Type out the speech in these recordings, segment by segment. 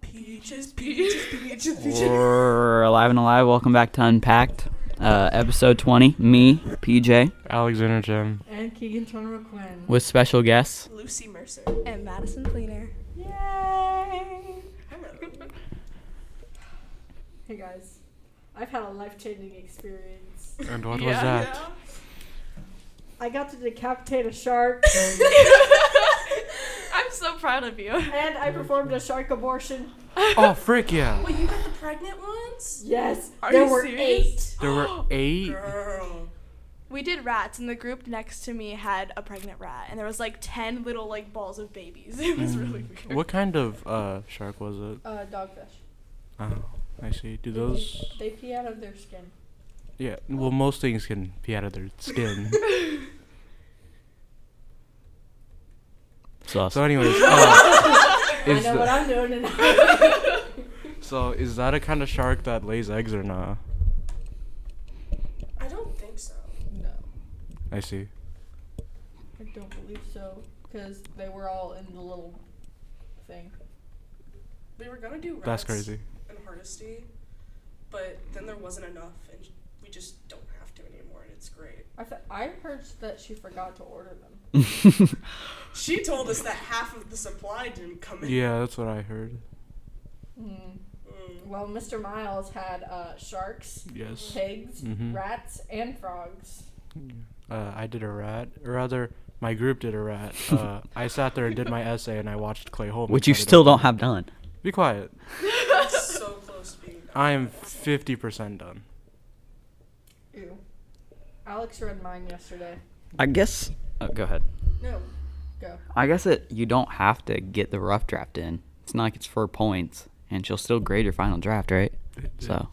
Peaches, peaches, peaches, peaches. We're alive and alive. Welcome back to Unpacked, uh, episode 20. Me, PJ, Alexander Jim. And Keegan Tonra Quinn. with special guests. Lucy Mercer. And Madison Cleaner. Yay! Hello. Hey guys, I've had a life changing experience. And what was Yeah. that? I got to decapitate a shark, I'm so proud of you. and I performed a shark abortion. Oh, frick yeah. Wait, you got the pregnant ones? Yes, Are there you were serious? There were eight. Girl. We did rats, and the group next to me had a pregnant rat, and there was like ten little like balls of babies. It was really weird. What kind of uh, shark was it? eight uh, dogfish. Oh, I see. Do They those. pee- They pee out of their skin. Yeah, well, most things can pee out of their skin. It's awesome. so, anyways. Uh, I is know what the- I'm doing, and I so, is that a kind of shark that lays eggs or not? I don't think so. no, I see. I don't believe so, because they were all in the little thing. We were gonna do rats That's crazy. in Hardesty, but then there wasn't enough, and we just don't have to anymore, and it's great. I th- I heard that she forgot to order them. She told us that half of the supply didn't come in. Yeah, that's what I heard. Mm. Mm. Well, Mr. Miles had uh, sharks, Yes. pigs, Mhm. rats, and frogs. Uh, I did a rat. Or rather, my group did a rat. Uh, I sat there and did my essay and I watched Clay Holmes. Which you still don't have done. Be quiet. That's so close to being done. I am 50% done. Ew. Alex read mine yesterday. I guess. Oh, go ahead. No. Go. I guess it. you don't have to get the rough draft in. It's not like it's for points, and she'll still grade your final draft, right? So.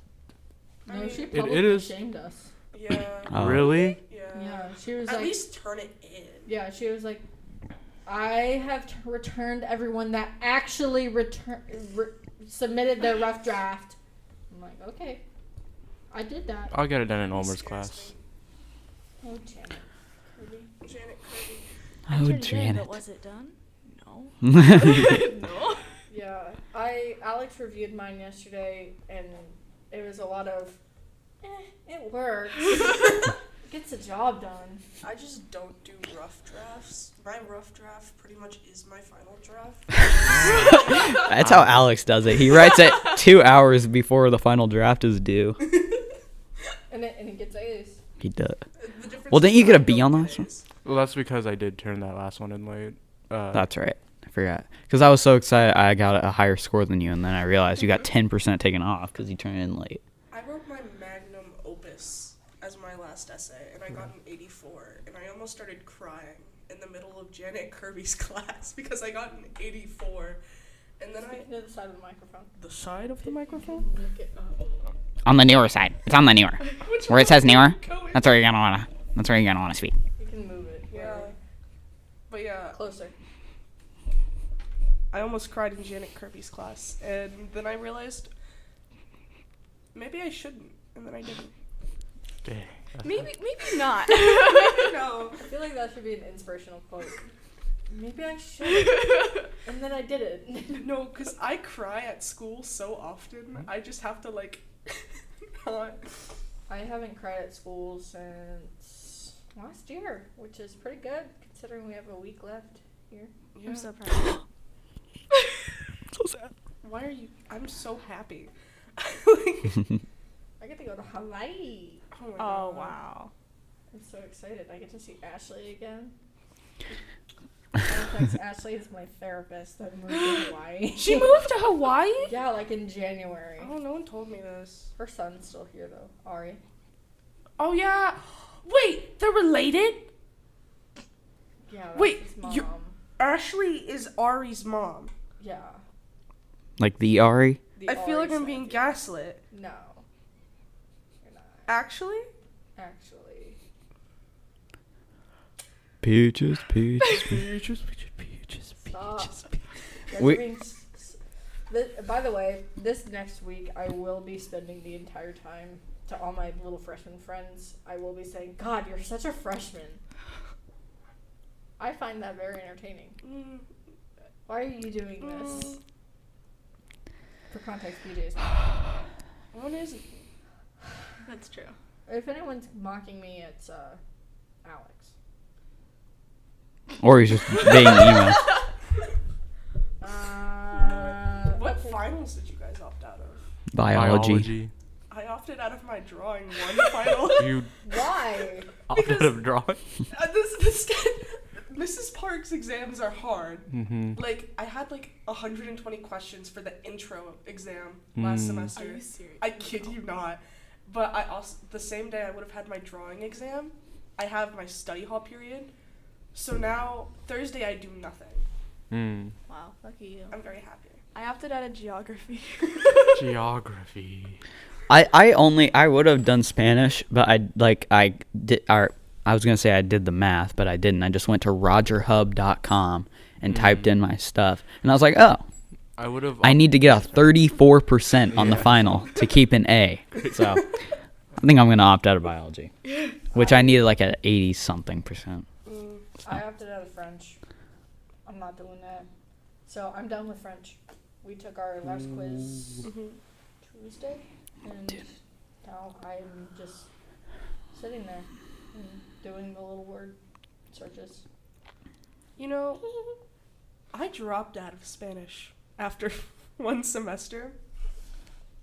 I No, she mean, It- it publicly is- shamed us. yeah, Uh, really? yeah. Yeah, she was At like, least turn it in. yeah, she was like, I have t- returned everyone that actually return re- submitted their rough draft. I'm like, okay, I did that. I'll get it done in Homer's Scares class. Oh, Janet. me. Mm-hmm. Janet Kirby. I Oh, turned it in, Janet. but was it done? No. no. Yeah, I Alex reviewed mine yesterday, and it was a lot of, eh, it works, gets the job done. I just don't do rough drafts. My rough draft pretty much is my final draft. That's how Alex does it. He writes it two hours before the final draft is due. And it, and it gets A's. He does. The difference Well, didn't you is get a I B don't on the get last one? A's. Well, that's because I did turn that last one in late. Uh, That's right. I forgot. Because I was so excited, I got a higher score than you, and then I realized you got 10% taken off because you turned in late. I wrote my magnum opus as my last essay, and I got an 84, and I almost started crying in the middle of Janet Kirby's class because I got an 84, and then I Speaking to the side of the microphone. the side of the microphone. Look it up. On the newer side. It's on the newer. Which Where it says one newer, are you going? that's where you're gonna wanna. That's where you're gonna wanna speak. You can move it. Yeah. wherever. But yeah, Closer. I almost cried in Janet Kirby's class, and then I realized maybe I shouldn't, and then I didn't. Dang. Maybe maybe not. no. I feel like that should be an inspirational quote. Maybe I should. And then I did it. No, because I cry at school so often. I just have to, like, not. I haven't cried at school since last year, which is pretty good considering we have a week left here. Yeah. I'm so proud. Of you. So sad. Why are you. I'm so happy. I get to go to Hawaii. oh, my Oh God. wow. I'm so excited. I get to see Ashley again. Thanks, Ashley is my therapist that moved to Hawaii. She moved to Hawaii. yeah, like in January. Oh, no one told me this. Her son's still here though, Ari. Oh yeah. Wait, they're related. Yeah. That's Wait, his mom. you- Ashley is Ari's mom. Yeah. Like the E Ari? the I feel like Ari I'm being side. gaslit. No. You're not Actually? actually. Peaches, peaches. Peaches, peaches, peaches, Stop. That's We- being s- s- th- by the way, this next week I will be spending the entire time to all my little freshman friends. I will be saying, "God, you're such a freshman." I find that very entertaining. Mm, Why are you doing this? mm. For context, BJ's. What is it? That's true. If anyone's mocking me, it's uh, Alex. Or he's just being emo. Uh, What okay. finals did you guys opt out of? Biology. I opted out of my drawing one final. You Why? opted Because- of drawing. Uh, this, this Mrs. Park's exams are hard. Mm-hmm. Like I had like 120 questions for the intro exam last Mm. semester. Are you serious? I kid you not. But I also the same day I would have had my drawing exam, I have my study hall period. So now Thursday I do nothing. Mm. Wow, lucky you. I'm very happy. I opted out of geography. Geography. I, I only I would have done Spanish, but I like I did or I was gonna say I did the math, but I didn't. I just went to RogerHub.com and Mm. typed in my stuff, and I was like, oh, I would have. I need to get a 34 percent on the Yeah. final to keep an A. So I think I'm gonna opt out of biology, which I needed like a 80 something percent. Mm. I opted out of French. I'm not doing that. So I'm done with French. We took our last quiz mm-hmm. Tuesday, and now I'm just sitting there and doing the little word searches. You know, I dropped out of Spanish after one semester,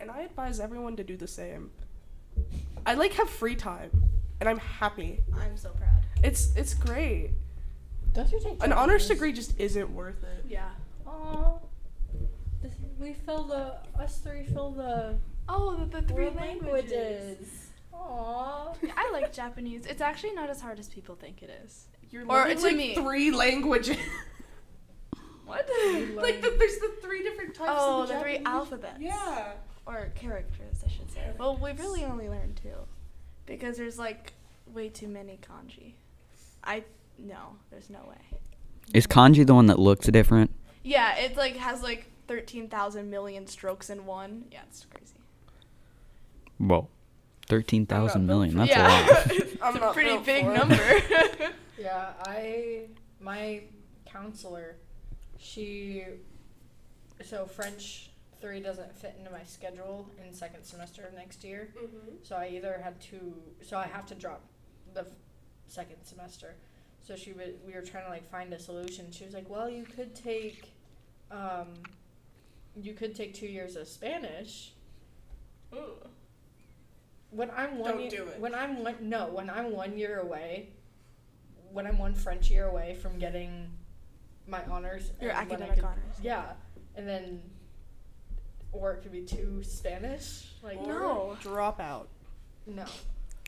and I advise everyone to do the same. I like have free time, and I'm happy. I'm so proud. It's it's great. Don't you take An honors Japanese? degree just isn't worth it. Yeah. Aw. This, we fill the us three fill the Oh, the, the three world languages. languages. Aw. Yeah, I like Japanese. It's actually not as hard as people think it is. You're Or learning to like me. three languages. What? like the, there's the three different types. Oh, of the three Japanese- alphabets. Yeah. Or characters, I should say. Well, we really only learned two, because there's like way too many kanji. I no, there's no way. Is kanji the one that looks different? Yeah, it like has like thirteen thousand million strokes in one. Yeah, it's crazy. Well, 13,000 million. That's yeah, a I'm lot. it's a not pretty built big for it. number. Yeah, I my counselor, she so French three doesn't fit into my schedule in second semester of next year. Mm-hmm. Mhm. So I either had to so I have to drop the f- second semester. So she would we were trying to like find a solution. She was like, "Well, you could take um you could take 2 years of Spanish." Ooh. When I'm one Don't year, do it. when I'm one no, when I'm one year away, when I'm one French year away from getting my honors, Your and when I academic could- honors. yeah, and then or it could be two Spanish, like Or No. Drop out. no,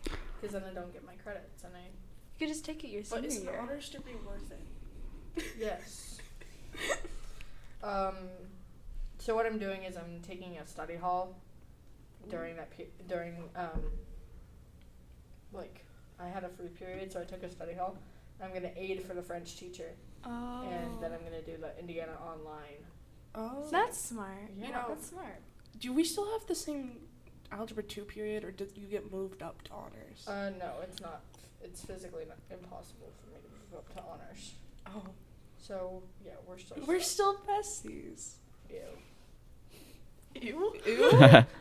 because then I don't get my credits, and I You could just take it your But senior is an year. honors degree worth it? yes. um, so what I'm doing is I'm taking a study hall during that pe- during um like I had a free period, so I took a study hall. I'm gonna aid for the French teacher. Oh. and then I'm gonna do the Indiana online. Oh. That's smart. You Yeah, know- that's smart. Do we still have the same algebra two period, or did you get moved up to honors? Uh, no, it's not. It's physically not impossible for me to move up to honors. oh, So yeah, we're still. we're stuck. still besties. Ew. Ew.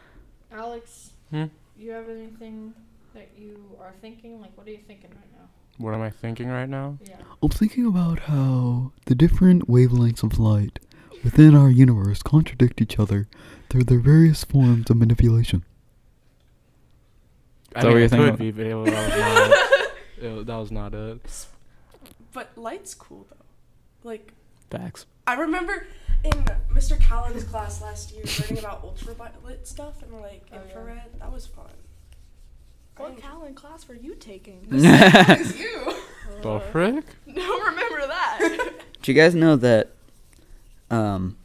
Alex, Hmm? you have anything that you are thinking? Like, what are you thinking right now? What am I thinking right now? Yeah. I'm thinking about how the different wavelengths of light within our universe contradict each other through their various forms of manipulation. I So what mean, you're it thinking could be, but it was, that, was not, it, that was not it. But light's cool though. Like Facts. I remember in Mr. Callan's class last year learning about ultraviolet stuff and like Oh, yeah. infrared. That was fun. What Calvin class were you taking? It's you. The frick? Don't remember that. Do you guys know that um,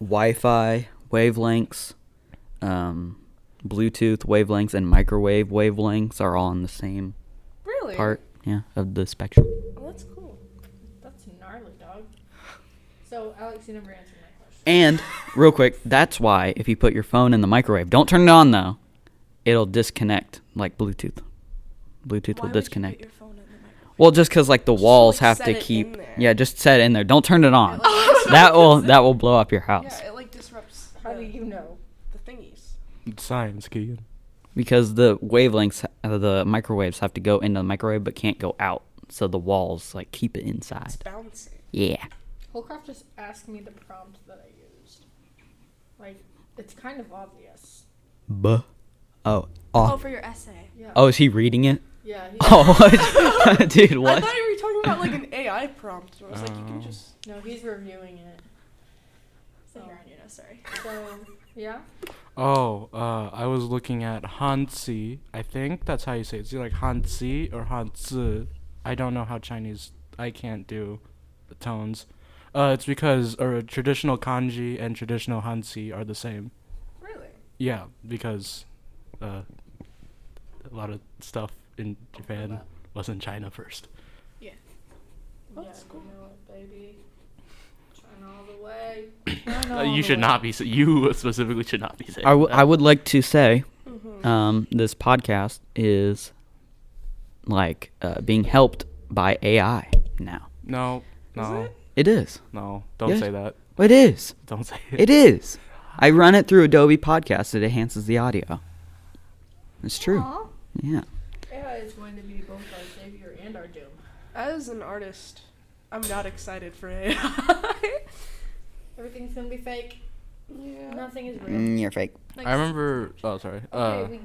Wi-Fi wavelengths, um, Bluetooth wavelengths, and microwave wavelengths are all in the same Really? part? Yeah, of the spectrum. Well, that's cool. That's gnarly, dog. So Alex, you never answered my question. And real quick, that's why if you put your phone in the microwave, don't turn it on though. It'll disconnect like Bluetooth. Bluetooth will disconnect. your phone in the microwave? well, just because like the walls like, have set to it in keep. there. Oh, Yeah, just set it in there. Don't turn it on. like, that will that will blow up your house. Yeah, it like disrupts. How the- do you know? Science, Keegan. because the wavelengths, uh, the microwaves have to go into the microwave but can't go out, so the walls like keep it It's inside. bouncing. Yeah. Holcroft just asked me the prompt that I used. Like, it's kind of obvious. Buh. Oh. Oh, Oh. for your essay. Yeah. Oh, is he reading it? Yeah. He, Oh, what? dude, I what? thought you were talking about like an AI prompt. And I was like, you Oh. can just. No, he's reviewing it. So you're on your nose, sorry. So, yeah. Oh, uh, I was looking at Hanzi. I think that's how you say it. It's either like Hanzi or Hanzi. I don't know how Chinese. I can't do the tones. Uh, it's because or traditional kanji and traditional Hanzi are the same. Really? Yeah, because uh, a lot of stuff in Japan was in China first. That's yeah, cool. You know it, baby. China all the way. Oh, Uh, you should not be. s- You specifically should not be saying. I, w- that. I would like to say Mhm. um, this podcast is like uh, being helped by AI now. No, no, it? It is. no. Don't Yes. say that. It is. Don't say it. It is. I run it through Adobe Podcast. It enhances the audio. It's true. Aw. Yeah. AI is going to be both our savior and our doom. As an artist, I'm not excited for AI. Everything's gonna be fake. yeah. Nothing is real. Mm, you're fake. Like, I remember. Oh, sorry. Okay, Uh, we,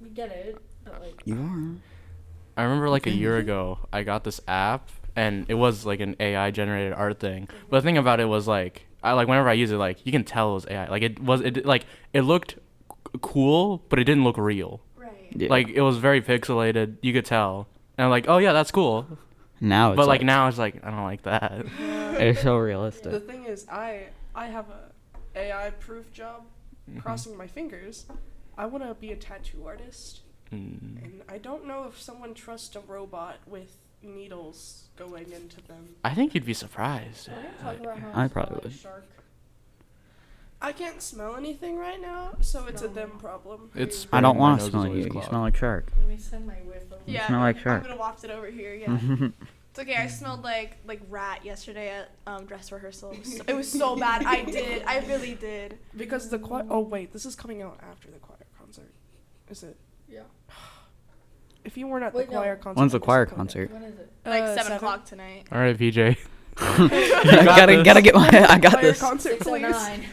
we get it, but like, You are. I remember like a year ago, I got this app, and it was like an AI generated art thing. But the thing about it was like, I like whenever I use it, like you can tell it was AI. Like it was, it like it looked c- cool, but it didn't look real. Right. Yeah. Like it was very pixelated. You could tell. And I'm like, oh yeah, that's cool. now, it's but like, now it's like, I don't like that. it's so The realistic. thing is, I I have a AI proof job. Mm-hmm. Crossing my fingers, I want to be a tattoo artist, Mm. Mm-hmm. and I don't know if someone trusts a robot with needles going into them. I think you'd be surprised. we're gonna talk about how I it's probably not a would. shark. I can't smell anything right now, so it's a Smell. them problem. It's. I don't burning, my want nose to is smell always you. You clogged. smell like shark. Let me send my whiff over. Yeah. smell like Mm-hmm. I'm shark. gonna waft it over here. Yeah. I It's okay. I smelled like like rat yesterday at um, dress rehearsal. It was so- It was so bad. I did. I really did. Because the choir. Oh wait, this is coming out after the choir concert, is it? Yeah. If you weren't at Wait, the no. choir concert. When's the I'm choir disappointed. When is it? Like Uh, seven, o'clock tonight. All right, PJ. got gotta this. gotta get my. I got Choir this. concert, Six oh please. nine.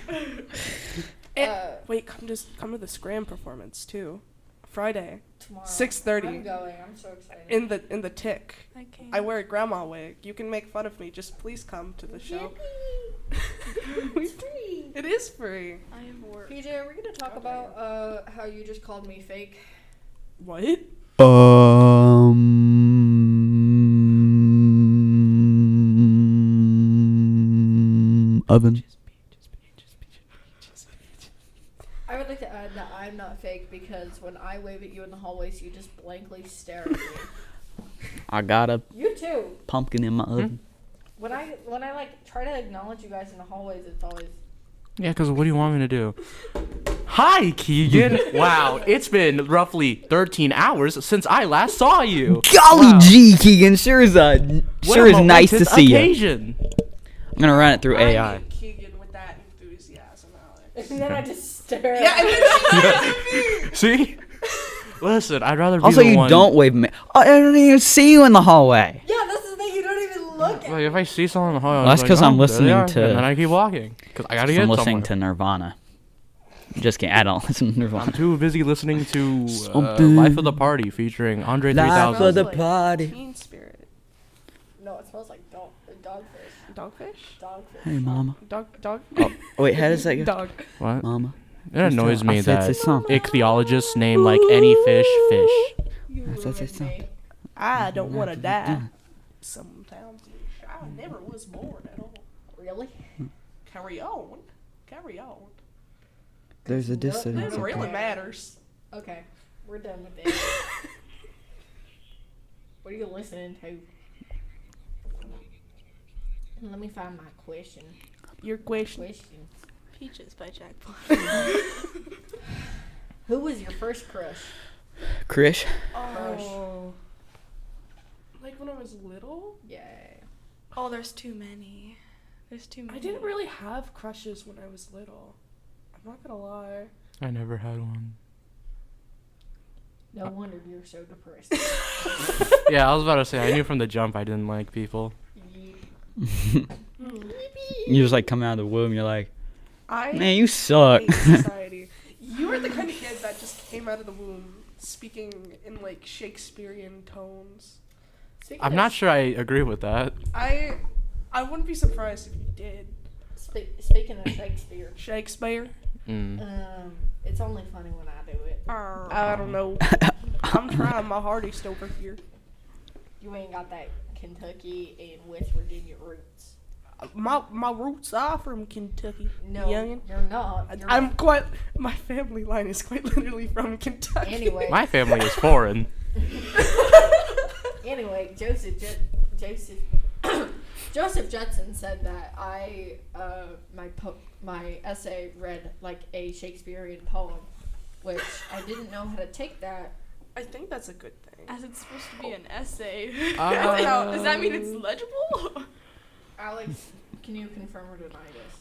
It- Uh, Wait, come just come to the Scram performance too, Friday, tomorrow. six thirty. I'm going. I'm so excited. In the in the tick. I can't. I wear a grandma wig. You can make fun of me. Just please come to the show. Yippee. it's free. It is free. I have work. PJ, are we gonna talk Okay. about uh how you just called me fake? What? Um. Oven. I would like to add that I'm not fake because when I wave at you in the hallways, you just blankly stare at me. I got a you too. pumpkin in my oven. When I when I like try to acknowledge you guys in the hallways, it's always Yeah, because what do you want me to do? Hi, Keegan. wow, it's been roughly 13 hours since I last saw you. Golly Wow. gee, Keegan, sure is a What sure a is nice to momentous see you. occasion. I'm gonna run it through I AI. need Keegan with that enthusiasm, Alex. and then I just stare. yeah, at and then you. she laughs at me. See? Listen, I'd rather be Also, the you one- don't wave me. I don't even see you in the hallway. yeah, that's the thing. You don't even look. at Like, if I see someone in the hallway, Well, I'm that's like, 'cause "Oh, I'm there they listening are," to- And then I keep walking. Because I gotta get I'm listening somewhere. to Nirvana. Just kidding. I don't listen to I'm Nirvana. too busy listening to uh, Something. Life of the Party featuring Andre Life of 3000. the Like- party. Teen spirit. No, it smells like dog dogfish. Dogfish? Dogfish. Hey, mama. Dog dog Oh, wait, how does that go? dog. What? Mama. It annoys me I said that it's a song. ichthyologists name like any fish fish. You That's- that's- ruined that's me. I don't want Mm-hmm. to die. Sometimes I never was born at all. Really? Carry on. Carry on. There's a Nope. dissonance. It That's up really okay. there. matters. Okay, we're done with it. what are you listening to? Let me find my question. Your question. Question. Peaches by Jack Black. Who was your first crush? Krish. Oh. Like when I was little, Yay. Oh, there's too many. There's too many. I didn't really have crushes when I was little. I'm not gonna lie. I never had one. No wonder you're so depressed. yeah, I was about to say I knew from the jump I didn't like people. Hmm. You just like come out of the womb. You're like, I man, you suck. hate society. You were the kind of kid that just came out of the womb speaking in like Shakespearean tones. Speaking I'm of not sure I agree with that. I I wouldn't be surprised if you did. Spe- speaking of Shakespeare, Shakespeare? Mm. um, it's only funny when I do it. I don't know. I'm trying my hardest over here. You ain't got that Kentucky and West Virginia roots. My my roots are from Kentucky. No, youngin. you're not. You're I'm quite. My family line is quite literally from Kentucky. anyway. My family is foreign. Anyway, Joseph Jet Joseph Joseph Judson said that I uh, my po- my essay read like a Shakespearean poem, which I didn't know how to take that. I think that's a good thing. As it's supposed to be an essay. I I don't know. don't Does that mean it's legible? Alex, can you confirm or deny this?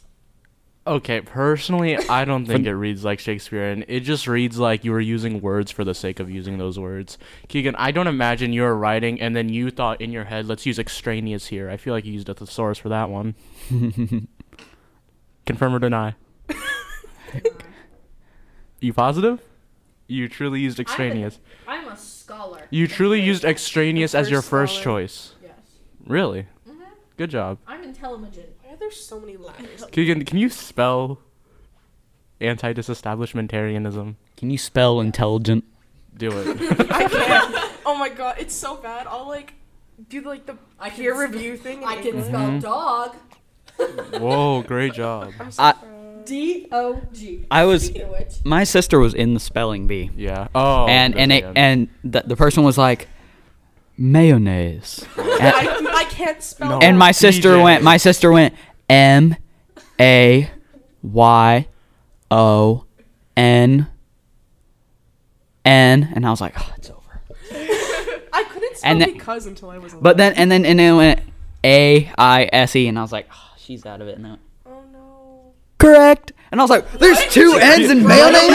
Okay, personally, I don't think it reads like Shakespearean. It just reads like you were using words for the sake of using those words. Keegan, I don't imagine you were writing and then you thought in your head, let's use extraneous here. I feel like you used a thesaurus for that one. Confirm or deny? you positive? You truly used extraneous. I'm a scholar. You truly used extraneous as your first First Mm-hmm. choice. Yes, Really? Good job. I'm intelligent. Why are there so many lies? Keegan, can you spell anti disestablishmentarianism? Can you spell intelligent? Do it. I can't. Oh my god, it's so bad. I'll like do like the I can peer sp- review thing. in I can English. spell dog. Mm-hmm. Whoa, great job. I'm so I- proud. D O G. I was. Speaking of which, My sister was in the spelling bee, Yeah. Oh. and and it, and the, the person was like, mayonnaise, and, I, I can't spell. and my sister DJ. went. My sister went M, A, Y, O, N, N, and I was like, oh, it's over. I couldn't spell and then- because until I was. 11. But then and then and then it went A I S E, and I was like, oh, she's out of it. And then it went, Oh no. correct. And I was like, there's two N's in mayonnaise.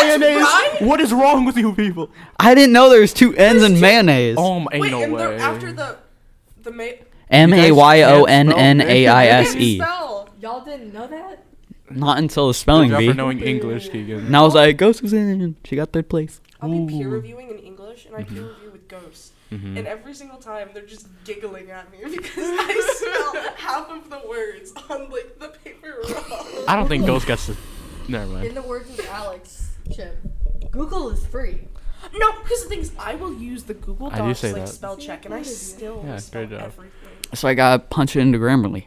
mayonnaise. What is wrong with you people? I didn't know there was two N's in mayonnaise. Oh, my, ain't Wait, no and way. the, after the the ma- M A Y O N N A I I S can't E. spell. y'all didn't know that. Not until the Good spelling job bee. for knowing English, Keegan. And I was like, go Suzanne. She got third place. I'll be peer Ooh. Mm-hmm. reviewing in English, and I peer review with ghosts. And every single time, they're just giggling at me because I spell half of the words on like the paper wrong. I don't think Ghost gets the. Never mind. In the words of Alex, Jim, Google is free. No, because the thing is, I will use the Google I do Docs say like that. spell check, and I still Yeah, spell great job. everything. So I gotta punch it into Grammarly.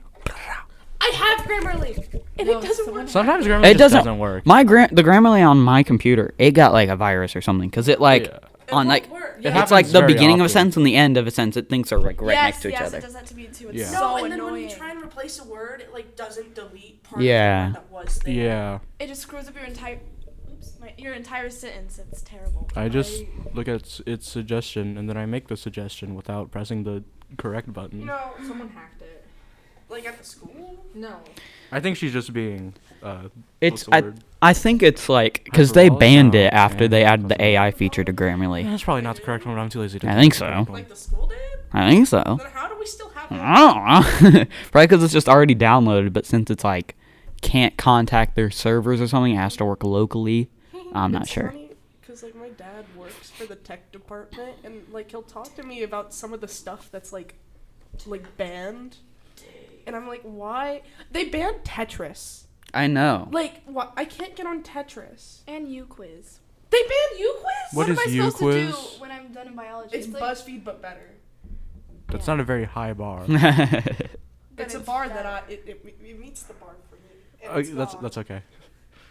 I have Grammarly, and No, it doesn't someone- work. Sometimes grammar It just doesn't, doesn't- work. My gra- the Grammarly on my computer, it got like a virus or something, cause it like Yeah. It on won't like work. It it's like happens the very beginning of a often. sentence and the end of a sentence. It thinks are like right yes, next to each yes, other. it does that to be too. It's Yeah. so No, and then annoying. when you try and replace a word, it like doesn't delete part Yeah. of the word that was there. Yeah. it just screws up your entire, oops, my, your entire sentence. It's terrible. I just look at its, its suggestion and then I make the suggestion without pressing the correct button. You know, Someone hacked it. like at the school. No. I think she's just being. Uh, It's what's the I, word? I think it's like because they Hyperbolic? banned it No, after yeah, they added the doesn't- AI feature to Yeah, Grammarly. that's probably not the correct one, but I'm too lazy to. I think think of the so. correct one. Like the school did? I think so. Then how do we still have it? I don't know. Probably because it's just already downloaded, but since it's like can't contact their servers or something, it has to work locally. I'm not sure. Because like my dad works for the tech department, and like he'll talk to me about some of the stuff that's like, like banned, and I'm like, why they banned Tetris? I know. Like, why I can't get on Tetris. And you quiz. They banned UQuiz. What what is am I you supposed quiz? to do when I'm done in biology? It's like, BuzzFeed but better. That's not a very high bar. but It's a bar that I it, it, it meets the bar for me. and Okay, it's Oh, that's not. that's okay.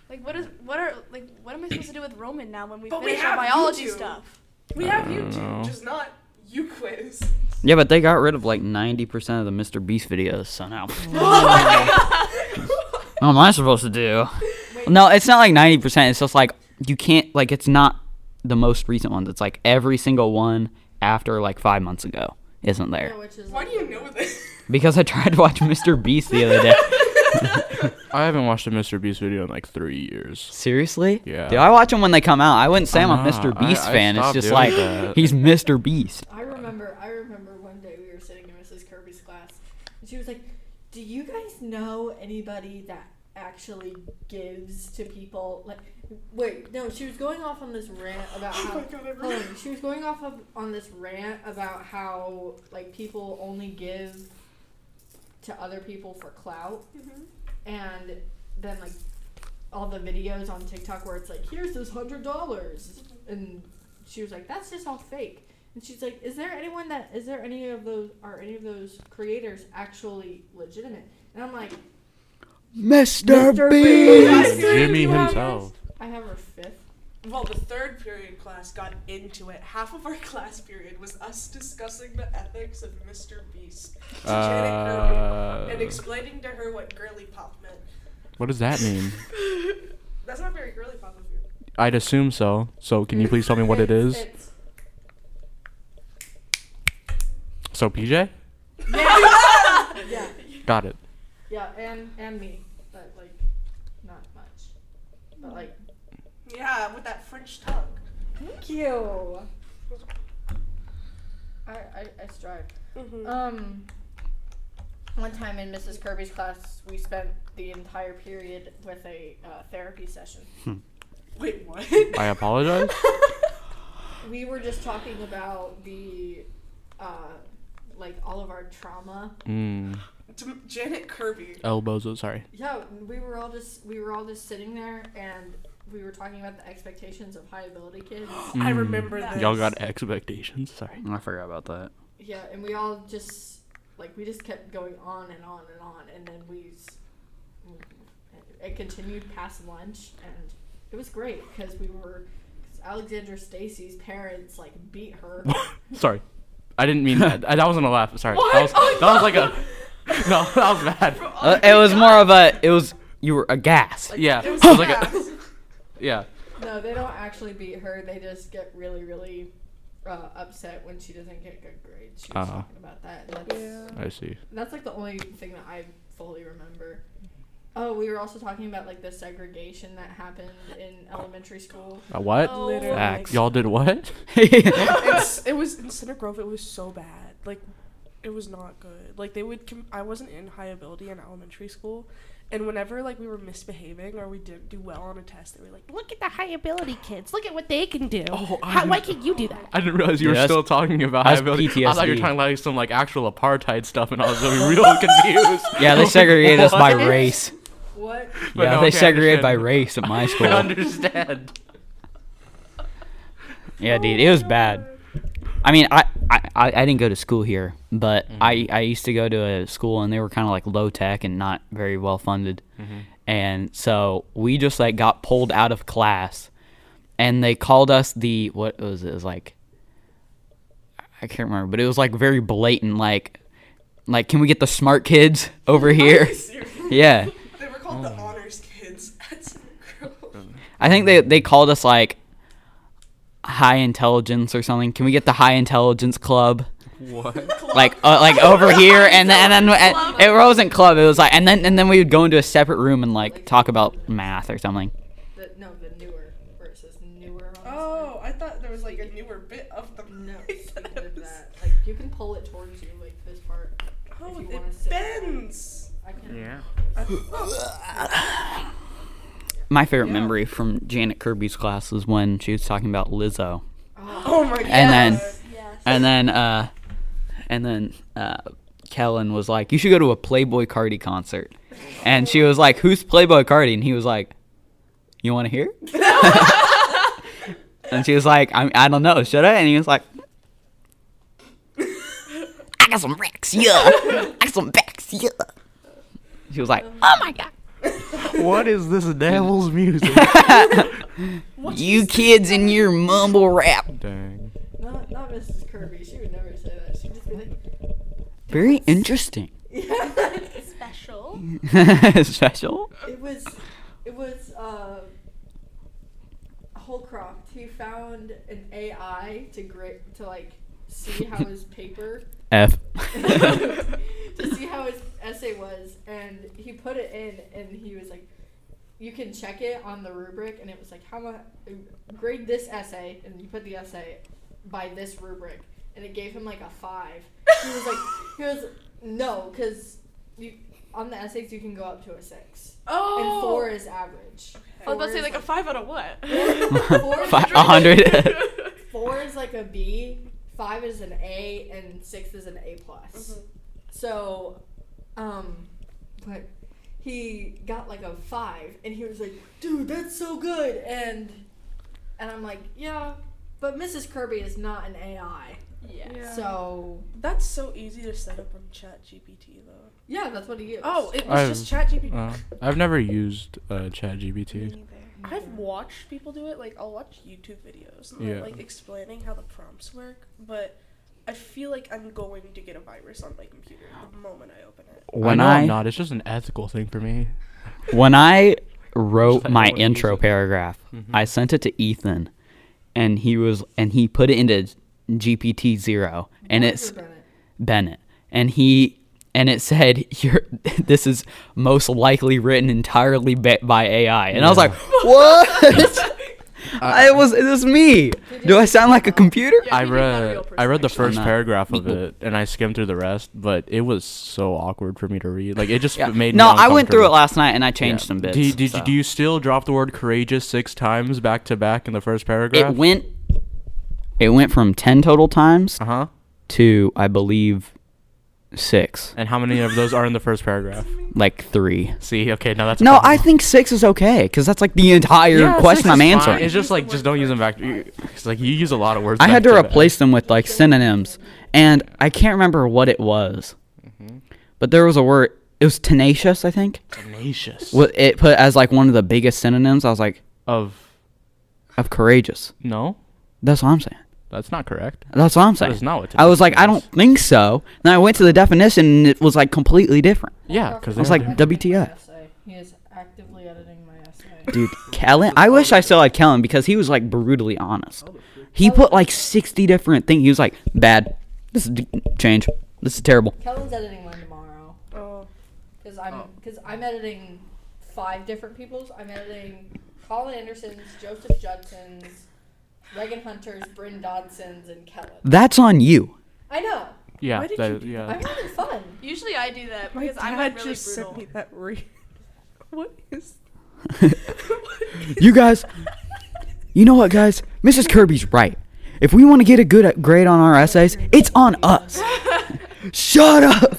Like what is what are like what am I supposed to do with Roman now when we But we finish our have biology YouTube. stuff? We have I don't know. YouTube, just not UQuiz. yeah, but they got rid of like 90% of the Mr. Beast videos, so now. what am I supposed to do? No, it's not like 90%. It's just like you can't, like, it's not the most recent ones. It's like every single one after like five months ago isn't there. Which is Why do you know this? Because I tried to watch Mr. Beast the other day. I haven't watched a Mr. Beast video in like three years. Seriously? Yeah. Dude, I watch them when they come out. I wouldn't say I'm Uh-huh. a Mr. I- Beast I fan. It's stopped just doing like that. he's Mr. Beast. I remember. I remember one day we were sitting in Mrs. Kirby's class, and she was like, "Do you guys know anybody that actually gives to people?" Like, wait, no. She was going off on this rant about Oh how. my God, I Hold remember. on, she was going off of, on this rant about how like people only give to other people for clout, Mm-hmm. and then like all the videos on TikTok where it's like, "Here's this hundred dollars," and she was like, "That's just all fake." And she's like, "Is there anyone that is there any of those are any of those creators actually legitimate?" And I'm like, Mr. Mr. Beast! Beast! Jimmy You have himself. this? I have her fifth. Well, the third period class got into it. Half of our class period was us discussing the ethics of Mr. Beast to Janet Kirby and Uh, explaining to her what girly pop meant. what does that mean? That's not very girly pop of you. I'd assume so. So can you please tell me what it It's- is? it's- So PJ? yeah, Got it. yeah, and and me, but like, not much, but like, Yeah, with that French tongue. thank you. I I, I strive. Mm-hmm. Uh, Um, one time in Mrs. Kirby's class, we spent the entire period with a uh, therapy session. Wait, what? I apologize. We were just talking about the, uh, like all of our trauma. Mm. J- Janet Kirby. Elbows. oh, Sorry. Yeah, we were all just we were all just sitting there, and we were talking about the expectations of high ability kids. I Mm. remember this. Y'all got expectations. Sorry. I forgot about that. yeah, and we all just like we just kept going on and on and on, and then we, s- mm, it continued past lunch, and it was great because we were. 'cause Alexandra Stacy's parents like beat her. Sorry. I didn't mean that. That wasn't a laugh. Sorry. That was, Oh that was like a. No, that was bad. Uh, it was more of a. It was you were aghast. Yeah. It was I was like a- fast. yeah. no, they don't actually beat her. They just get really, really uh, upset when she doesn't get good grades. She was Uh-huh. talking about that. And that's, I see. That's like the only thing that I fully remember. Oh, we were also talking about like the segregation that happened in elementary school. A what? Oh. Literally. Facts. Y'all did what? It's- it was in Center Grove. It was so bad. Like, it was not good. Like they would. Com- I wasn't in high ability in elementary school, and whenever like we were misbehaving or we didn't do well on a test, they were like, Look at the high ability kids. Look at what they can do. Oh, I How, why didn't- can't you do that? I didn't realize you Yeah, were that's- still talking about that's high ability. I thought you were PTSD. talking about like, some like actual apartheid stuff, and I was really real confused. yeah, they segregated us by What? race. What? But yeah, no, they okay, I segregated by understand. race at my I school. understand. Yeah, dude, it was bad. I mean, I, I, I I didn't go to school here, but Mm-hmm. I, I used to go to a school and they were kind of like low tech and not very well funded. Mm-hmm. And so we just like got pulled out of class and they called us the, what was it? It was like, I can't remember, but it was like very blatant, like, like, can we get the smart kids over here? yeah. They were called Oh. the honors kids at Center Grove. I think they they called us like high intelligence or something. Can we get the high intelligence club? What? Like uh, like over here and then and then and, it wasn't club. It was like and then and then we would go into a separate room and like talk about math or something. The, no, the newer where it says newer. On Oh, I thought there was like a newer bit of the them. side. no. that Speaking of was- that, like you can pull it towards you, like this part. Oh, If you wanna it sit down. bends. I can. My favorite memory from Janet Kirby's class was when she was talking about Lizzo. Oh my god. And then Yes. and then uh and then uh Kellen was like, You should go to a Playboy Cardi concert. And she was like, Who's Playboy Cardi? And he was like, You wanna hear? and she was like, I I don't know, should I? And he was like I got some racks, yeah. I got some backs, yeah. She was like, Oh my god. what is this devil's music? You kids and your mumble rap. Dang. Not not Mrs. Kirby. She would never say that. She'd just be like, Very interesting. Special. Special? it was it was uh Holcroft. He found an AI to gra- to like see how his paper F. to see how his essay was, and he put it in, and he was like, "You can check it on the rubric," and it was like, "How much grade this essay?" And you put the essay by this rubric, and it gave him like a five. He was like, "He was no, because you on the essays you can go up to a six, and four is average." Oh! I was about Four to say is, like a five out of what? four is Fi- a hundred. four is like a B, five is an A, and six is an A plus. So, um, but he got like a five, and he was like, "Dude, that's so good!" And and I'm like, "Yeah, but Mrs. Kirby is not an AI, Yeah. so That's so easy to set up on ChatGPT though. yeah, that's what he used." Oh, it was I've- just ChatGPT. Uh, I've never used uh, ChatGPT. I've watched people do it. Like I'll watch YouTube videos and they're, Yeah. like explaining how the prompts work, but I feel like I'm going to get a virus on my computer the moment I open it. When I know I, am not, it's just an ethical thing for me. when I wrote Just my like, oh, intro easy. paragraph, Mm-hmm. I sent it to Ethan, and he was and he put it into GPT zero, and it's Bennett, and he and it said your this is most likely written entirely ba- by AI, and I was like, what? I, it was it was me. Do I sound like a computer? I he did not real read I read the person, first not. paragraph of it and I skimmed through the rest, but it was so awkward for me to read. Like it just Yeah. made no, me I went through it uncomfortable. last night and I changed Yeah. some bits. Do you, do, you- so. do you still drop the word courageous six times back to back in the first paragraph? It went. It went from ten total times Uh huh. to I believe six, And how many of those are in the first paragraph? like three. See, okay, now that's a No, problem. I think six is okay because that's like the entire Yeah, six question is I'm fine. answering. It's just like just don't use them back. It's like you use a lot of words. I had back to back. replace them with like synonyms, and I can't remember what it was, Mm-hmm. but there was a word. It was tenacious, I think. tenacious Wa- It put as like one of the biggest synonyms. I was like, of of courageous. no. That's what I'm saying. That's not correct. That's what I'm saying. is not what I was like, I don't tenacious think so. Then I went to the definition, and it was like completely different. Yeah, because I was like, WTF. He is actively editing my essay. Dude, Kellen, I wish I still had Kellen because he was like brutally honest. He put like 60 different things. He was like, bad. This is d- change. This is terrible. Kellen's editing mine tomorrow. Oh, Because I'm because I'm editing five different people's. I'm editing Colin Anderson's, Joseph Judson's, Reagan Hunter's, Bryn Dodson's, and Kellen. That's on you. I know. yeah, Why did that- you do yeah. I'm having fun. Usually I do that my because dad I'm not really just brutal. sent me that re. what is? You guys, you know what, guys? Mrs. Kirby's right. If we want to get a good uh, grade on our essays, it's on us. Shut up.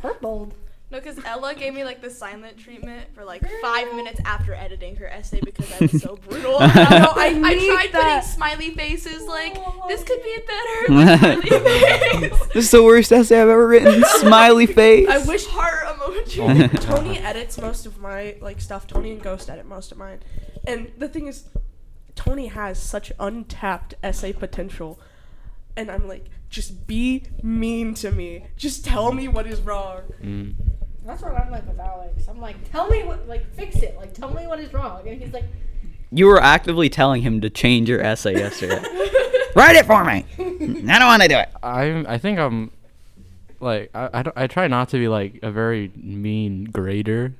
Purple. No, because Ella gave me like the silent treatment for like five minutes after editing her essay because I was so brutal. I, know, I, I tried that. Oh. putting smiley faces like this could be better. with smiley face. This is the worst essay I've ever written. Smiley face. I wish Heart emoji. Tony edits most of my like stuff. Tony and Ghost edit most of mine. And the thing is, Tony has such untapped essay potential. And I'm like, just be mean to me. Just tell me what is wrong. That's what I'm like with Alex. I'm like, tell me what, like, fix it. Like, tell me what is wrong. And he's like, You were actively telling him to change your essay yesterday. Write it for me. I don't want to do it. I'm. I think I'm. Like I, I, don't, I try not to be like a very mean grader.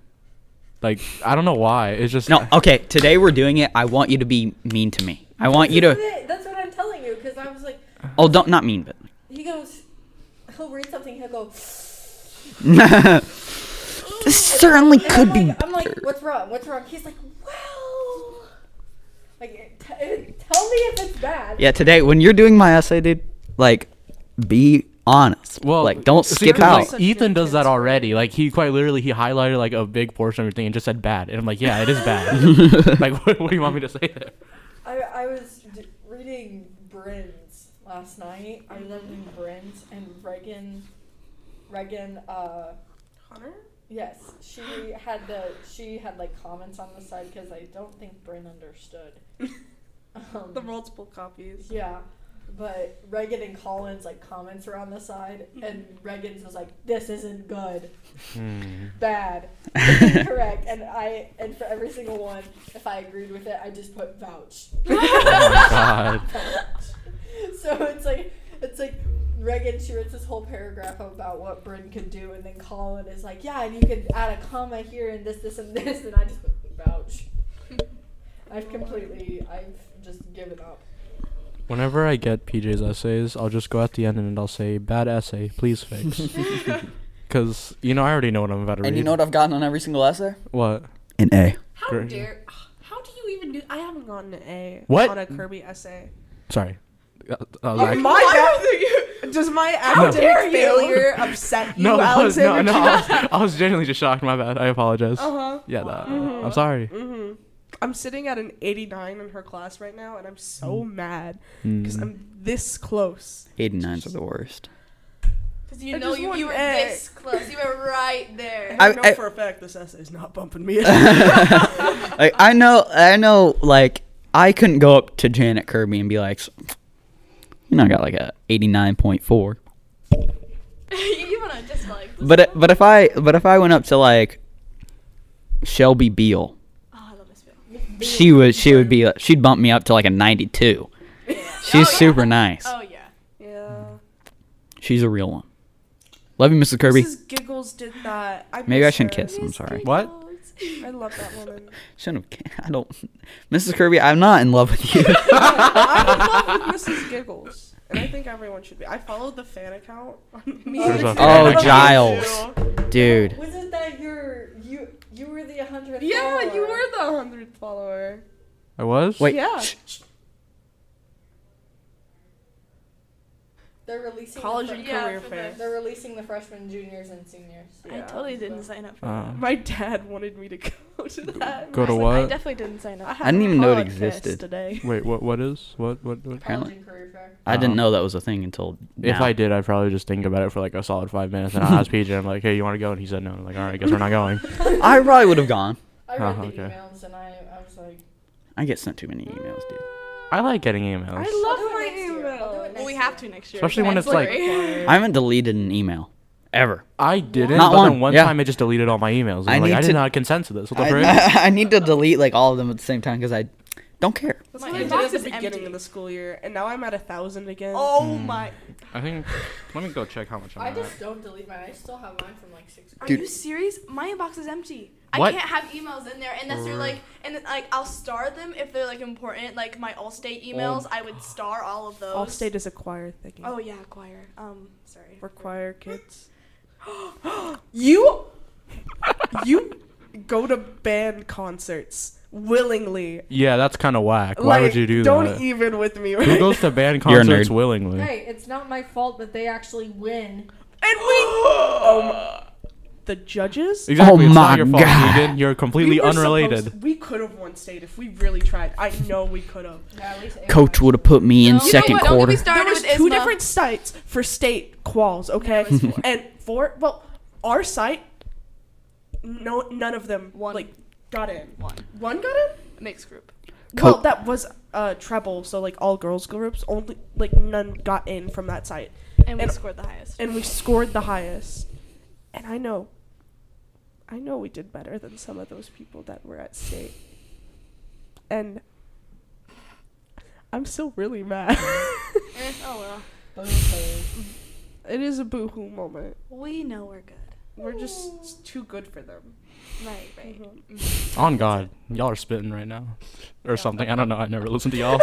Like I don't know why. It's just No, okay. Today we're doing it. I want you to be mean to me. I want you to. that's what I'm telling you. Because I was like, Oh, don't not mean, but he goes, he'll read something. He'll go. this certainly and could I'm be. like, I'm like, what's wrong? What's wrong? He's like, well, like, t- tell me if it's bad. Yeah, today when you're doing my essay, dude, like, be honest. Well, like, don't see, skip 'cause, out. like, Ethan does that already. Like he quite literally he highlighted like a big portion of everything and just said bad. And I'm like, yeah, it is bad. like what, what do you want me to say there? I, I was d- reading Bryn's last night. I was reading Bryn's and Reagan. Reagan, uh, Oh. Hunter? yes, she had the she had like comments on the side because I don't think Bryn understood. Um, The multiple copies. Yeah. But Reagan and Collins like comments were on the side and Reagan's was like, This isn't good. Hmm. Bad. Correct. And I and for every single one, if I agreed with it, I just put vouch. Oh my god. so it's like it's like Reagan Reagan, she writes this whole paragraph about what Bryn could do, and then Colin is like, "Yeah, and you could add a comma here and this, this, and this," and I just went, vouch. I've completely, I've just given up. Whenever I get PJ's essays, I'll just go at the end and I'll say, "Bad essay, please fix." Because you know I already know what I'm about to read. And you know what I've gotten on every single essay? what? An A. How How Great. dare? How do you even do? I haven't gotten an A What? on a Kirby essay. Sorry. Uh, uh, Oh, like- my bad. Does my dare academic you? failure upset you, no, it was- Alexander? no, no, I was, I was genuinely just shocked. My bad. I apologize. Uh huh. Yeah, that, I'm sorry. hmm I'm sitting at an 89 in her class right now, and I'm so Mm. mad because I'm this close. 89s are the worst. Because I you know just you, want you were an A. this close. You were right there. I, I- know I- for a fact this essay's not bumping me. up. Like I know, I know. Like I couldn't go up to Janet Kirby and be like, "S- you know, I got like a eighty-nine point four. you want to just like. But it- but if I but if I went up to like Shelby Beal, Oh, I love this film. she would she would be uh, she'd bump me up to like a ninety-two. She's super nice. Oh yeah. yeah. She's a real one. Love you, Mrs. Kirby. Mrs. Giggles did that. I Maybe I miss shouldn't her. kiss. I'm sorry. What? I love that woman. Shouldn't have. I don't. Mrs. Kirby, I'm not in love with you. I'm in love with Mrs. Giggles, and I think everyone should be. I followed the fan account on me. There's a Oh, Giles. Dude. Wasn't that your you? You were the hundredth. Yeah, you were the hundredth follower. I was. Wait. Yeah. shh. They're releasing College The and fre- Yeah, career for fair. the- they're releasing the freshmen, juniors, and seniors. I Yeah. totally didn't sign up for Uh, My dad wanted me to go to that. Go to that. what? I definitely didn't sign up. had I didn't a even know it podcast existed. Today. wait. What? What is? What? What? what? College Apparently. and career fair. I didn't Um, know that was a thing until now. If I did, I'd probably just think about it for like a solid five minutes, and I asked PJ, I'm like, "Hey, you want to go?" And he said no. I'm like, "All right, I guess we're not going." I probably would have gone. I read Uh-huh, the okay. emails and I, I was like, I get sent too many emails, dude. I like getting emails, I I'll love do it my next year. I'll do it email. Well, we next have year. to next year. especially when it's like I haven't deleted an email ever. I didn't. Not but one, Then one yeah. time, I just deleted all my emails. And I I like, need I did to- not consent to this. What the frick? I, I need to delete like all of them at the same time because I don't care. That's My what I did inbox at the is beginning empty. of the school year, and now I'm at a thousand again. Oh my! I think. Let me go check how much I just don't delete mine. I still have mine from like sixth Are grade. you serious? My inbox is empty. What? I can't have emails in there unless they're like, and then, like I'll star them if they're like important. Like my Allstate emails, Oh. I would star all of those. Allstate is a choir thingy. Oh yeah, choir. Um, sorry. We're choir kids. you, you go to band concerts willingly. Yeah, that's kind of whack. Why would Like, you do don't e- that? even with me. Right? Who goes to band You're a concerts nerd. willingly? Hey, it's not my fault that they actually win. and we. oh my- the judges. Exactly. it's my not your fault, God. Keegan. You're completely We were unrelated. supposed- we could have won state if we really tried. I know we could have. Yeah, at least eight Coach actually would have put me in No. You know second what? Don't get me quarter. started There was with two Isma. different sites for state quals, okay? and four. Well, our site, no, none of them One. like got in. One. One got in. mixed group. Co- well, that was uh treble, so like all girls groups, only like none got in from that site, And we And- scored the highest. and we scored the highest. And I know, I know we did better than some of those people that were at state, and I'm still really mad. Eh, oh well. both it is a boohoo moment. We know we're good. We're just Mm-hmm. too good for them. Right, right. On God, y'all are spitting right now, or something. I don't know. I never listened to y'all.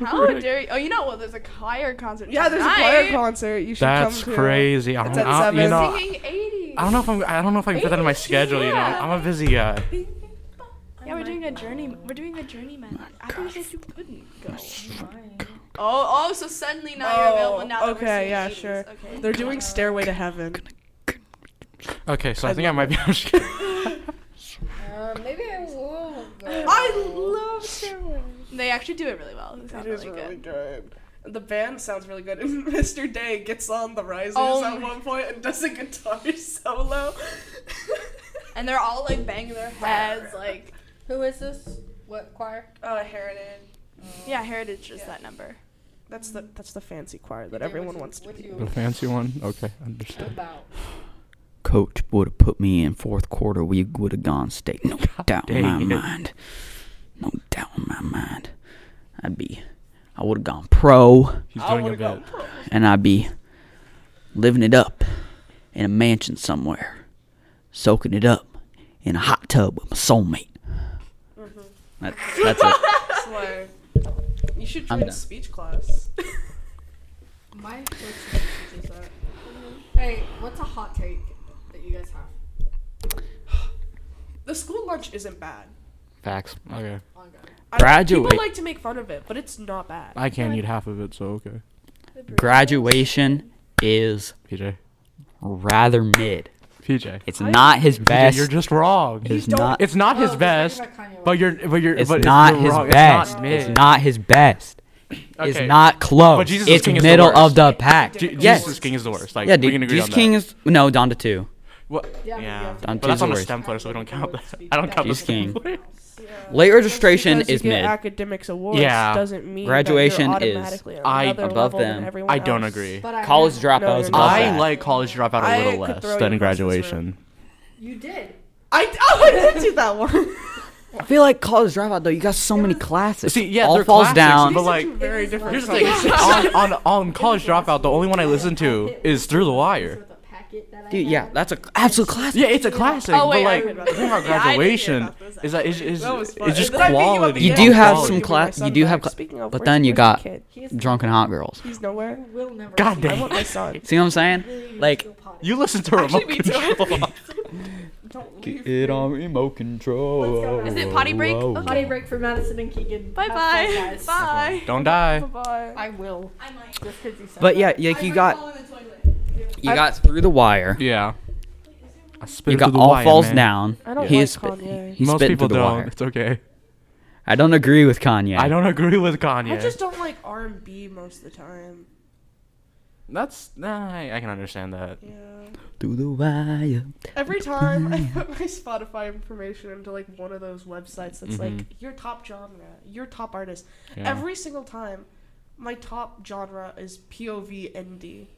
How dare you? Oh, you know what? there's a choir concert. Yeah, there's a choir concert. You should That's come to. crazy. I It's don't, at I, you seven. know, Singing 80s. I don't know if I'm. I don't know if I can fit that in my schedule. You know, I'm, I'm a busy guy. Yeah, we're doing a journey. We're doing a journeyman. I thought you said you couldn't go. mine. Oh, oh, so suddenly now Oh, you're available. Now that we're okay, seeing yeah, 80s. sure. Okay. They're doing Stairway to Heaven. Okay, so I think I might be. I'm just kidding. Uh, maybe I will. Go. I love Stairway. They actually do it really well. It It sounds is really really good. good. The band sounds really good. And Mr. Day gets on the risers Oh at my- one point and does a guitar solo. And they're all like banging their heads, like Who is this? What choir? oh, Heritage. yeah, heritage is Yeah. that number. That's the that's the fancy choir that Okay, everyone what wants to what be. you The fancy one. Okay, understood. about? Coach would have put me in fourth quarter. We would have gone state. No doubt in my dang it. mind. No doubt in my mind. I'd be. I would have gone pro, He's I doing a would've bit. gone pro. and I'd be living it up in a mansion somewhere, soaking it up in a hot tub with my soulmate. Mm-hmm. That, that's it. Slay. You should I'm join done. speech class. My coach teaches that. Hey, what's a hot take that you guys have The school lunch isn't bad. Facts. Okay. on God? I- Graduate. People like to make fun of it, but it's not bad. I can't eat half of it, so okay. Graduation is PJ. rather mid. PJ. It's not his PJ, best. you're just wrong. it's not. It's not his Oh, just best. like about Kanye But you're but you're It's but not you're his wrong. best. It's not, It's mid. not his best. It's Okay. not close. But Jesus is it's King is the middle of worst. the pack. Je- yes. Jesus King is the worst. Like yeah, we dude, can agree Jesus on King that. is no down to two. What? Yeah, but you Yeah. have to Down But to two that's on is the worst. STEM player, so we don't count that. I don't count the Jesus STEM King. player. Yeah. Late registration Because you is get mid. Academic awards Yeah. doesn't mean Graduation that is- you're automatically at I- another above level than them. everyone I don't else. agree. But I College dropouts have- No, above not. I that. like college dropout I a little could less throw than you across this room. graduation. You did. I oh I did do that one. I feel like college dropout though. You got so many classes. See, yeah, all they're falls classics, down. but like Very different. Here's the thing. on, on, on College Dropout, the only one I listen to is Through the Wire. With a packet that I Dude, yeah, had. that's a absolute classic. Yeah, it's a classic, Oh, wait, I but heard like, about the thing about that. Yeah, I didn't hear graduation about this, is that it's, it's, That was fun. it's just Did I beat you up quality. You again? do Yeah, have I'll some give my class. son You do have, back. cla- Speaking of but which, then you where's my got kid? He is- drunken hot girls. He's nowhere. We'll never. God see I damn. him. want my son. See what I'm saying? Really, we Like, still potty. You listen to remote me too. control. Don't leave. it on remote control. Let's Is it potty break? Whoa. potty break for Madison and Keegan. Bye Have fun, bye. guys. Bye. Don't die. Bye. I will. I might. Just 'cause you said But that. yeah, like you got you got through the wire. Yeah. I spit You it got through the all wire, falls man. down. I don't He like is sp- Kanye. He Most spit people through the don't. wire. It's okay. I don't agree with Kanye. I don't agree with I Kanye. just don't like R and B most of the time. That's nah, I, I can understand that. Yeah. through the wire. Every time I put my Spotify information into like one of those websites that's like your top genre, your top artist. Mm-hmm. Yeah. Every single time, my top genre is POV ND.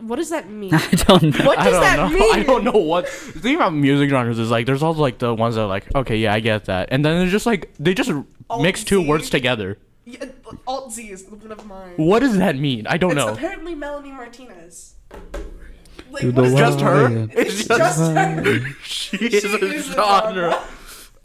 What does that mean? I don't know. What I does don't that know. mean? I don't know what. The thing about music genres is like, there's also like the ones that are like, okay, yeah, I get that, and then there's just like they just mix two Z. words together. Yeah, uh, Alt Z is one of mine. What does that mean? I don't It's know. apparently Melanie Martinez. Like, Dude, what the is It's that? just her. Wire. Just It's just her. she is She a is a genre. genre.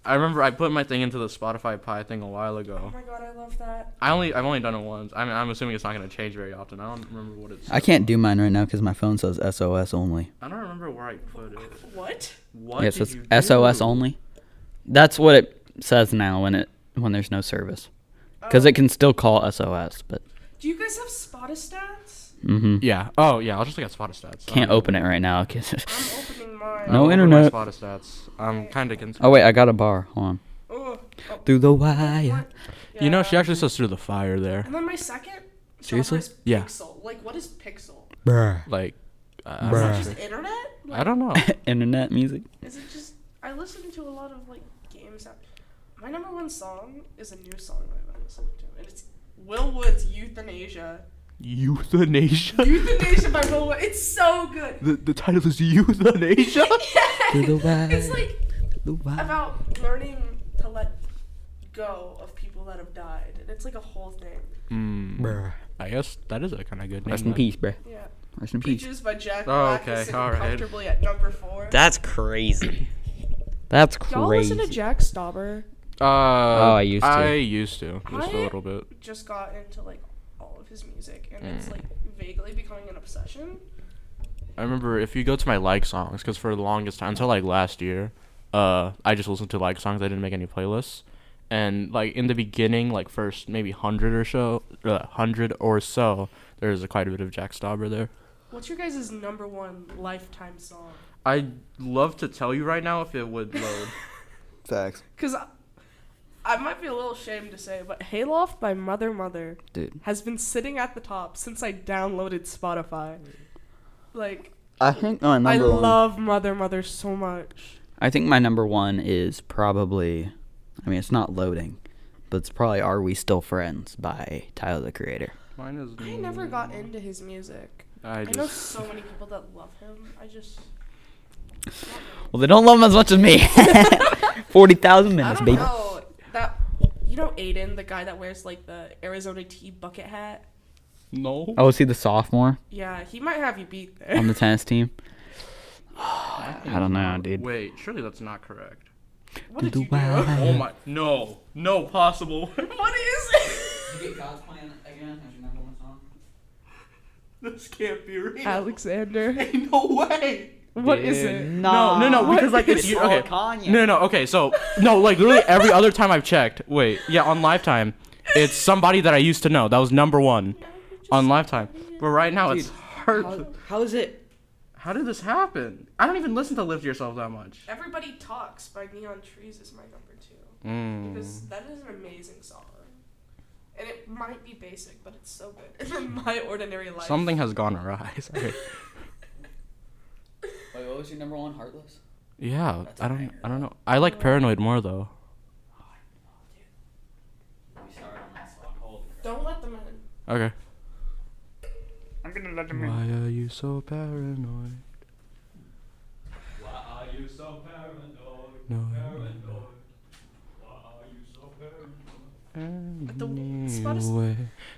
I remember I put my thing into the Spotify Pie thing a while Oh ago. my god, I love that. I only I've only done it once. I mean, I'm assuming it's not gonna change very often. I don't remember what it's. I can't do mine right now because my phone says SOS only. I don't remember where I put it. What? What? yes, did it's you do? SOS only. That's what it says now when it when there's no service, because it can still call SOS, but Do you guys have Spotistats? hmm Yeah. Oh yeah. I'll just look at Spotify stats. can't Um, open it right now. 'cause- I'm opening mine. No I'll open internet. My Spotify stats. I'm kind of concerned. oh wait, I got a bar. Hold on. Ugh. Oh. Through the wire. You know, Yeah. she actually says through the fire there. And then my second. Seriously? genre is Yeah. Pixel. Like, what is Pixel? Bruh. Like, uh, Bruh. Just internet? Like, I don't know. Internet music. Is it just? I listen to a lot of like games. That, my number one song is a new song that I've been listening to, and it's Will Wood's "Euthanasia." Euthanasia. "Euthanasia" by Will Wood. It's so good. The, the title is Euthanasia. Through the wire. It's like The wire. about learning to let go of people that have died, and it's like a whole thing. Hmm. Bruh. I guess that is a kind of good name. Rest in then. peace, bro. Yeah. Rest in peace. Peaches by Jack Oh, Black okay, is sitting alright. comfortably at number four. That's crazy. That's Y'all listen to crazy. Jack Stauber. Uh, oh, I used to. I used to just a I- little bit. Just got into like all of his music, and Mm. it's like vaguely becoming an obsession. I remember if you go to my like songs, because for the longest time, until like last year, uh, I just listened to like songs. I didn't make any playlists, and like in the beginning, like first maybe hundred or so, uh, hundred or so, there's a quite a bit of Jack Stauber there. What's your guys' number one lifetime song? I'd love to tell you right now if it would load. Facts. Because I, I might be a little ashamed to say, but Hayloft by Mother Mother Dude. has been sitting at the top since I downloaded Spotify. Like, I think my number I one. love Mother Mother so much. I think my number one is probably. I mean, it's not loading, but it's probably "Are We Still Friends" by Tyler the Creator. Mine is. Mm. I never got into his music. I I, know just. so many people that love him. I just. Well, they don't love him as much as me. Forty thousand I minutes, don't baby. know. That. You know Aiden, the guy that wears like the Arizona tea bucket hat? No. Oh, is he the sophomore Yeah, he might have you beat there. on the tennis team? Oh, I don't know, dude. Wait, surely that's not correct. what did you do? Oh my, no, no possible. What is it? this can't be real. Alexander. Ain't no way. What is it? No, no, no, because like it's you, okay. No, no, okay. So no, like literally every other time I've checked. Wait, yeah, on Lifetime, it's somebody that I used to know. That was number one on Lifetime. But right now it's hard. How is it? How did this happen? I don't even listen to Live to Yourself that much. Everybody Talks by Neon Trees is my number two. Because Mm. that is an amazing song. And it might be basic, but it's so good. And then My Ordinary Life. Something has gone awry. Sorry. Wait, what was your number one? Heartless. Yeah, I don't. I don't know. I like Paranoid more though. Don't let them in. Okay. I'm gonna let him in. Why are you so paranoid? Why are you so paranoid? No. But the Spotify-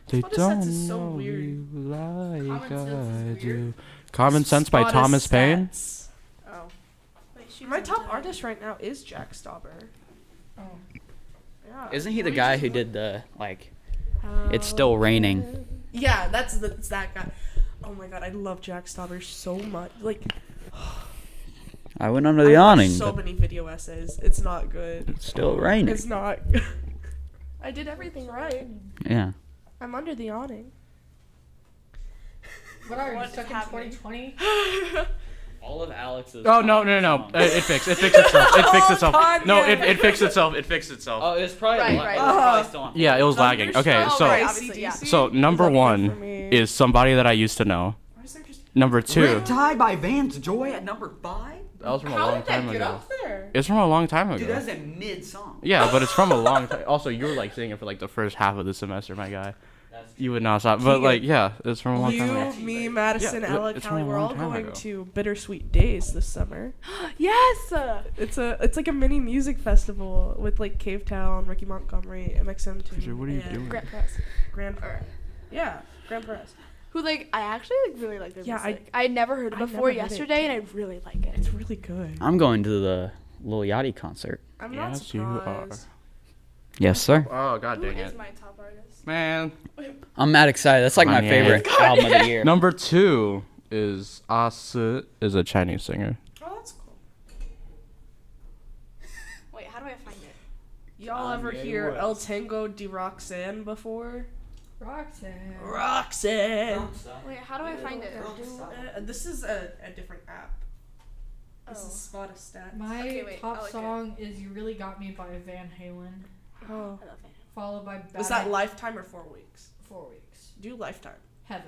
They Spotify don't sense is so know weird. you Common like sense I is weird. do. Common Sense by Spot a Thomas Paine. Stats. Oh. My top artist right now is Jack Stauber. Oh. Yeah. Um, Isn't he the guy who did the like? It's still raining. Yeah, that's the, it's that guy. Oh my god, I love Jack Stauber so much. Like I went under the I watched awning. So but many video essays. It's not good. it's still raining. It's not. I did everything right. Yeah. I'm under the awning. What are you What stuck is happening? in 2020? All of Alex's. Oh no no no! no. It, it fixed. It fixed itself. It Oh, fixed itself. No, it, it fixed itself. It fixed itself. Oh, Uh, it's probably Right, right. probably still on. Yeah, it was lagging. Okay, so right, obviously, yeah. so number for one me. is somebody that I used to know. Number two, Tie by Vans Joy at number five? that was from a long time ago. there? It's from a long time Dude, ago. that's a mid song. Yeah, but it's from a long time. Also, you were like singing it for like the first half of the semester, my guy. You would not stop. But like, yeah, it's from a long You, time ago. me, Madison, Yeah, Alec, it's from Callie, a we're long all time going ago. to Bittersweet Days this summer. Yes. Uh, It's a it's like a mini music festival with like Cave Town, Ricky Montgomery, MXM2. Teacher, what are you and doing? Grant Press. Grand Press. Yeah, Grand Press. Who like I actually like really like their Yeah, I- music. I, had never heard it I never before heard it. yesterday, and I really like it. It's really good. I'm going to the Lil Yachty concert. I'm not Yes, you are. surprised. Yes, sir. Oh god Who dang is it, my top artist? man. I'm mad excited. That's like my Kanye. favorite album of the year. Number two is Asu is a Chinese singer. Oh, that's cool. Wait, how do I find it? Y'all ever hear El Tango de Roxanne before? Roxanne. Roxanne. Wait, how do I find it? Uh, this is a, a different app. This is Oh. Spot a Stat. My Okay, wait, I top like it. song is "You Really Got Me" by Van Halen, Oh. I love it. followed by Bad Was that Lifetime or Four Weeks? Four Weeks. Do Lifetime. Heather.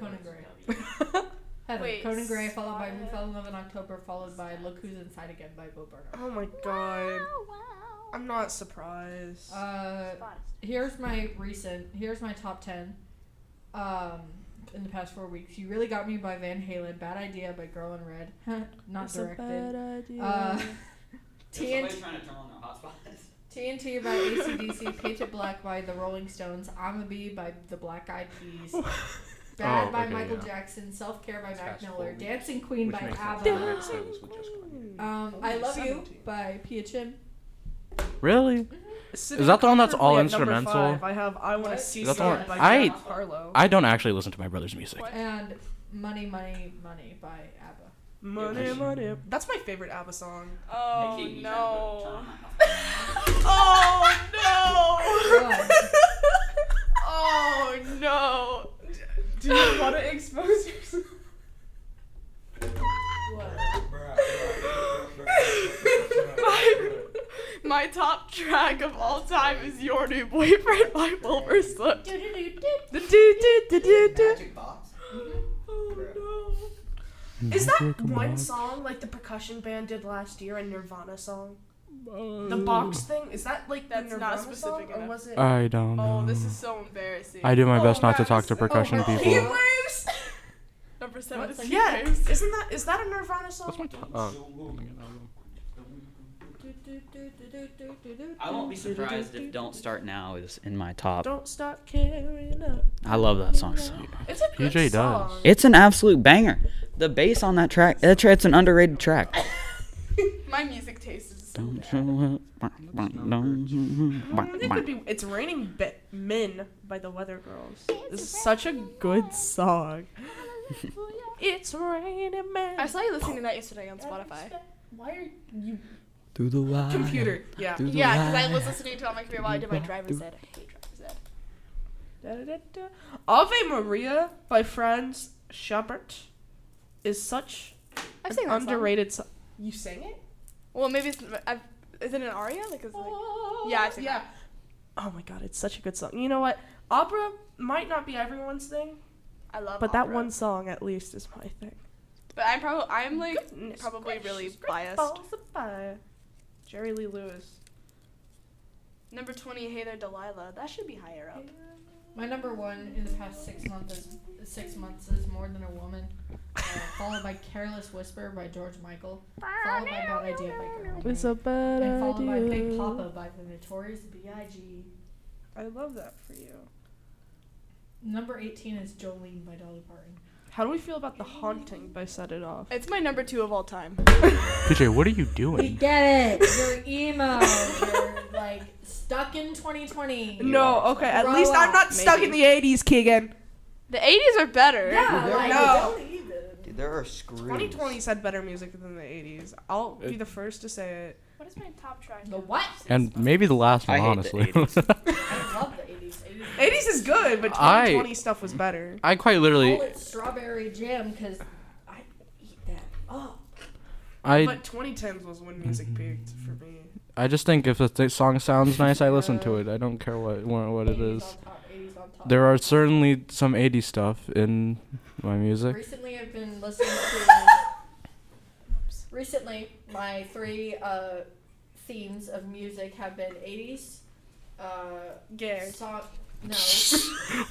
Conan Gray. oh Heather. Wait, Conan Gray, followed by We Spy- Fell in Love in October, followed by Look Who's Inside Again by Bo Burnham. Oh my god. wow. I'm not surprised. Uh, here's my recent. Here's my top ten. Um, in the past four weeks, "You Really Got Me" by Van Halen, "Bad Idea" by Girl in Red, not directed. idea. Uh, TNT. TNT by ACDC, Paint It Black by The Rolling Stones, I'm a Bee by The Black Eyed Peas, Bad Oh, by okay, Michael yeah. Jackson, Self Care by Mac past four Miller, weeks. Dancing Queen by ABBA, sense. um, I Love You Seventeen. by Pia Chin, Really? Sitting that the one that's comfortably all at number instrumental? Five, I have I Want to What? See Is that the Sun one- by I- Jack Harlow. I don't actually listen to my brother's music. and Money, Money, Money by ABBA. money, money. That's my favorite ABBA song. Oh no. Oh no! Oh, Oh no! Do you want to expose yourself? My top track of all time is Your New Boyfriend by Wilbur Soot. Magic Box? Oh no! Is that one song like the percussion band did last year in Nirvana song? The box thing is that like the Mm. That's not Nirvana specific song, or enough. was it? I don't know. Oh, this is so embarrassing. Um, I do my Oh, best not to guys. talk to percussion Oh, people. Heat waves. Number seven is Yeah, Heatwaves. isn't that is that a Nirvana song? What's my top? Oh. I won't be surprised if "Don't Start Now" is in my top. Don't stop caring up. I love that song so much. It's a good PJ does. song. It's an absolute banger. The bass on that track, that tra- it's an underrated track. My music taste is. Don't you let- don't you I don't think it would be. It's raining Be- men by the Weather Girls. This is such a good song. it's raining men. I saw you listening to that yesterday on Spotify. Why are you? Through the wire. Computer. Yeah. Through the Yeah, because I was wire. listening to it on my computer while I did my driver's ed. I hate driver's ed. Da-da-da-da. Ave Maria by Franz Schubert is such I've an seen that Underrated. underrated song. You sang it? Well, maybe it's. I've, is it an aria? Like, it's like Yeah, I've seen yeah. Oh my god, it's such a good song. You know what? Opera might not be everyone's thing, I love. but that opera. one song at least is my thing. But I'm probably. I'm like Goodness probably gracious, really great biased. balls of fire. Jerry Lee Lewis. Number twenty, Hey There, Delilah. That should be higher up. My number one in the past six months is six months is more than a woman, uh, followed by "Careless Whisper" by George Michael, followed by "Bad Idea" by Girl Like Me, It's a bad and followed by "Big idea. Papa" by the Notorious B.I.G. I love that for you. Number eighteen is "Jolene" by Dolly Parton. How do we feel about The Haunting by Set It Off? It's my number two of all time. PJ, what are you doing? get it. You're emo. You're like stuck in 2020. No, okay. At Grow least I'm up, not stuck in the 80s, Keegan. The '80s are better. Yeah, like, No. don't even. Dude, there are screws. 2020 said better music than the 80s. I'll be the first to say it. What is my top track? The what? And maybe the last I one, hate the honestly. 80s. I love the 80s. 80s. 80s is good, but I- 2020 stuff was better. I quite literally, Call it strawberry jam because I eat that. Oh, I, But 2010s was when music Mm-hmm. peaked for me. I just think if the th- song sounds nice, I listen to it. I don't care what what, what it 80s is. on top. 80s on top. There are certainly some 80s stuff in my music. Recently, I've been listening to. recently, my three uh, themes of music have been 80s. Uh, Gay. song, no.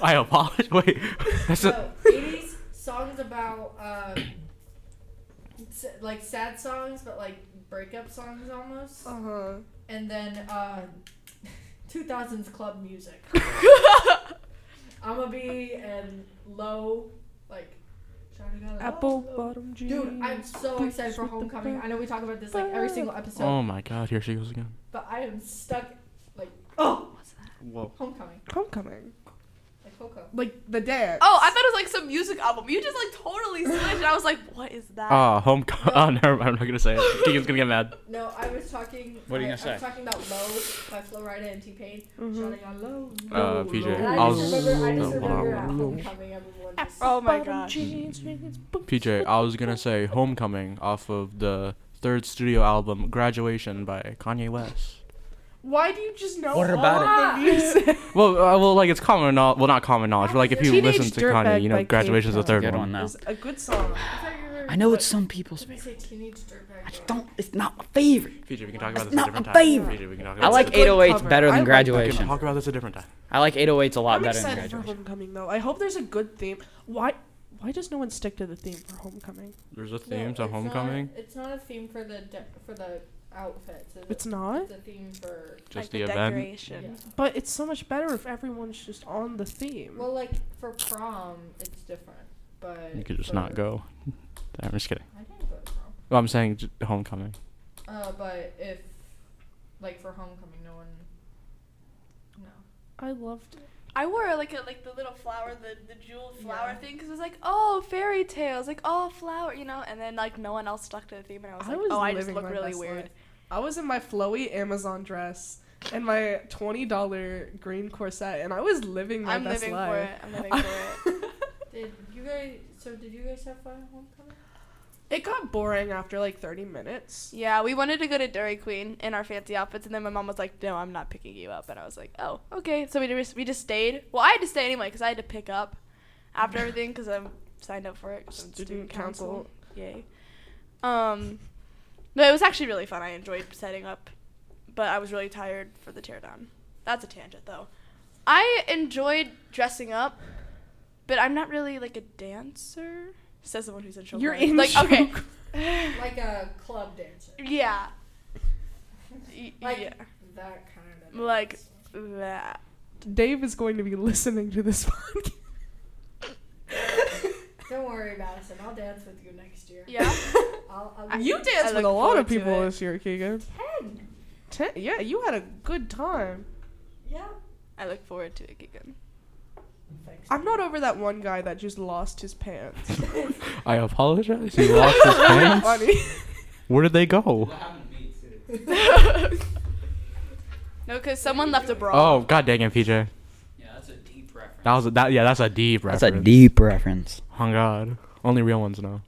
I apologize. Wait, that's a, no, 80s songs about um, s- like sad songs, but like breakup songs almost. Uh huh. and then uh, 2000s club music. I'ma be and low, like Johnny Got a Apple Low. bottom jeans. Dude, I'm so excited for homecoming. I know we talk about this like every single episode, Um, oh my god, here she goes again. but I am stuck. Like, oh, Whoa. homecoming, Homecoming. like Coco. Like the dance. Oh, I thought it was like some music album. You just like totally switched, and I was like, "What is that?" Ah, home. Oh, never mind. I'm not gonna say it. Keegan's gonna get mad. No, I was talking. What are you I, gonna I was say? talking about low by Flo Rida and T Pain. Johnny Got Low. Uh, PJ, And I I'll just s- remember, I just no, hold remember at on. homecoming, everyone Ah. just. oh my gosh. PJ, I was gonna say Homecoming off of the third studio album Graduation by Kanye West. Why do you just know What all about of Ah! the music? Well, uh, well, like it's common knowledge. Well, not common knowledge, but like if you Teenage listen to Dirtbag Kanye, you by know, Kate Graduation's the Brown. third Good one one. now. It's a good song. I know it's some people's. Did we say teenage dirtbag? I don't. It's not my favorite. PJ, we can talk about That's this a not different my time. favorite. PJ, we can talk about I like a good 808s cover. better I like that than this. We can Graduation. talk about this a different time. I like 808s a lot I'm better than excited for Graduation. homecoming though. I hope there's a good theme. Why? Why does no one stick to the theme for homecoming? There's a No, theme to it's uh, not- Homecoming, it's not a theme for the de- for the outfits. is it? It's not. It's a theme for just like the event. decoration. yeah. But it's so much better if everyone's just on the theme. Well, like for prom, it's different. But You could just for- not go. I'm just kidding. I didn't go to prom. Well, I'm saying j- Homecoming. Uh, but if like for homecoming, no one. No. I loved I wore like a like the little flower, the the jewel flower thing, because it was like, oh, fairy tales, like oh, flower, you know. And then like no one else stuck to the theme, and I was I like, was oh, I just living look my really best weird. life. I was in my flowy Amazon dress and my twenty dollar green corset, and I was living my I'm best living for life. it. I'm living for it. Did you guys? So did you guys have fun at homecoming? It got boring after like thirty minutes. Yeah, we wanted to go to Dairy Queen in our fancy outfits, and then my mom was like, "No, I'm not picking you up," and I was like, "Oh, okay." So we just we just stayed. Well, I had to stay anyway because I had to pick up after everything because I'm signed up for it. 'cause I'm Student council. Yay. Um, no, it was actually really fun. I enjoyed setting up, but I was really tired for the teardown. That's a tangent though. I enjoyed dressing up, but I'm not really like a dancer. Says the one who's in show. You're choir. in like okay. Like a club dancer. Yeah. Y- Like- yeah. That kind of. Like that. Dave is going to be listening to this podcast. Don't worry, Madison. I'll dance with you next year. Yeah. I'll, I'll I- be You danced I with look a lot forward of to people it. this year, Keegan. ten. Ten, yeah, you had a good time. Yeah. I look forward to it, Keegan. Thanks. I'm not over that one guy that just lost his pants. I apologize. He lost his pants. Funny. Where did they go? No, because someone left a bra. Oh, god dang it, PJ. Yeah, that's a deep reference. That was a, that. Yeah, that's a deep reference. That's a deep reference. Oh god. Only real ones know.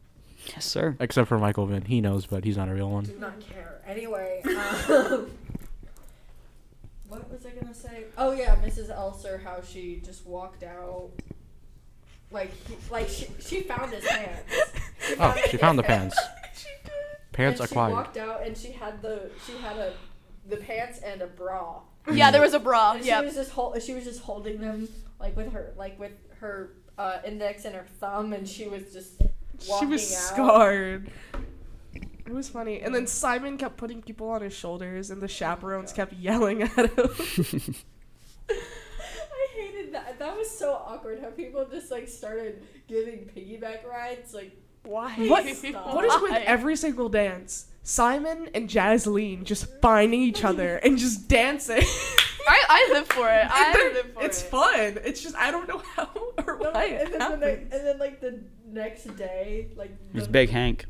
Yes, sir. Except for Michael Vin. He knows, but he's not a real one. do not care. Anyway, um, what was I gonna say? Oh yeah, Mrs. Elser, how she just walked out. Like, he, like she, she found his pants. Oh, she found the pants. She did. Pants and she acquired. walked out and she had the she had a the pants and a bra. Yeah, there was a bra. And she Yeah. was just hol- she was just holding them like with her like with her uh, index and her thumb, and she was just she walking was out. scarred. It was funny. And then Simon kept putting people on his shoulders, and the chaperones kept yelling at him. I hated that. That was so awkward. How people just like started giving piggyback rides. Like Why? What- What is with Why? every single dance? Simon and Jazleen just finding each other and just dancing. I, I live for it. I They're- live for it's it. fun. It's just I don't know how or no, why and it then when they, happened. and then like the next day, like It was the- Big Hank.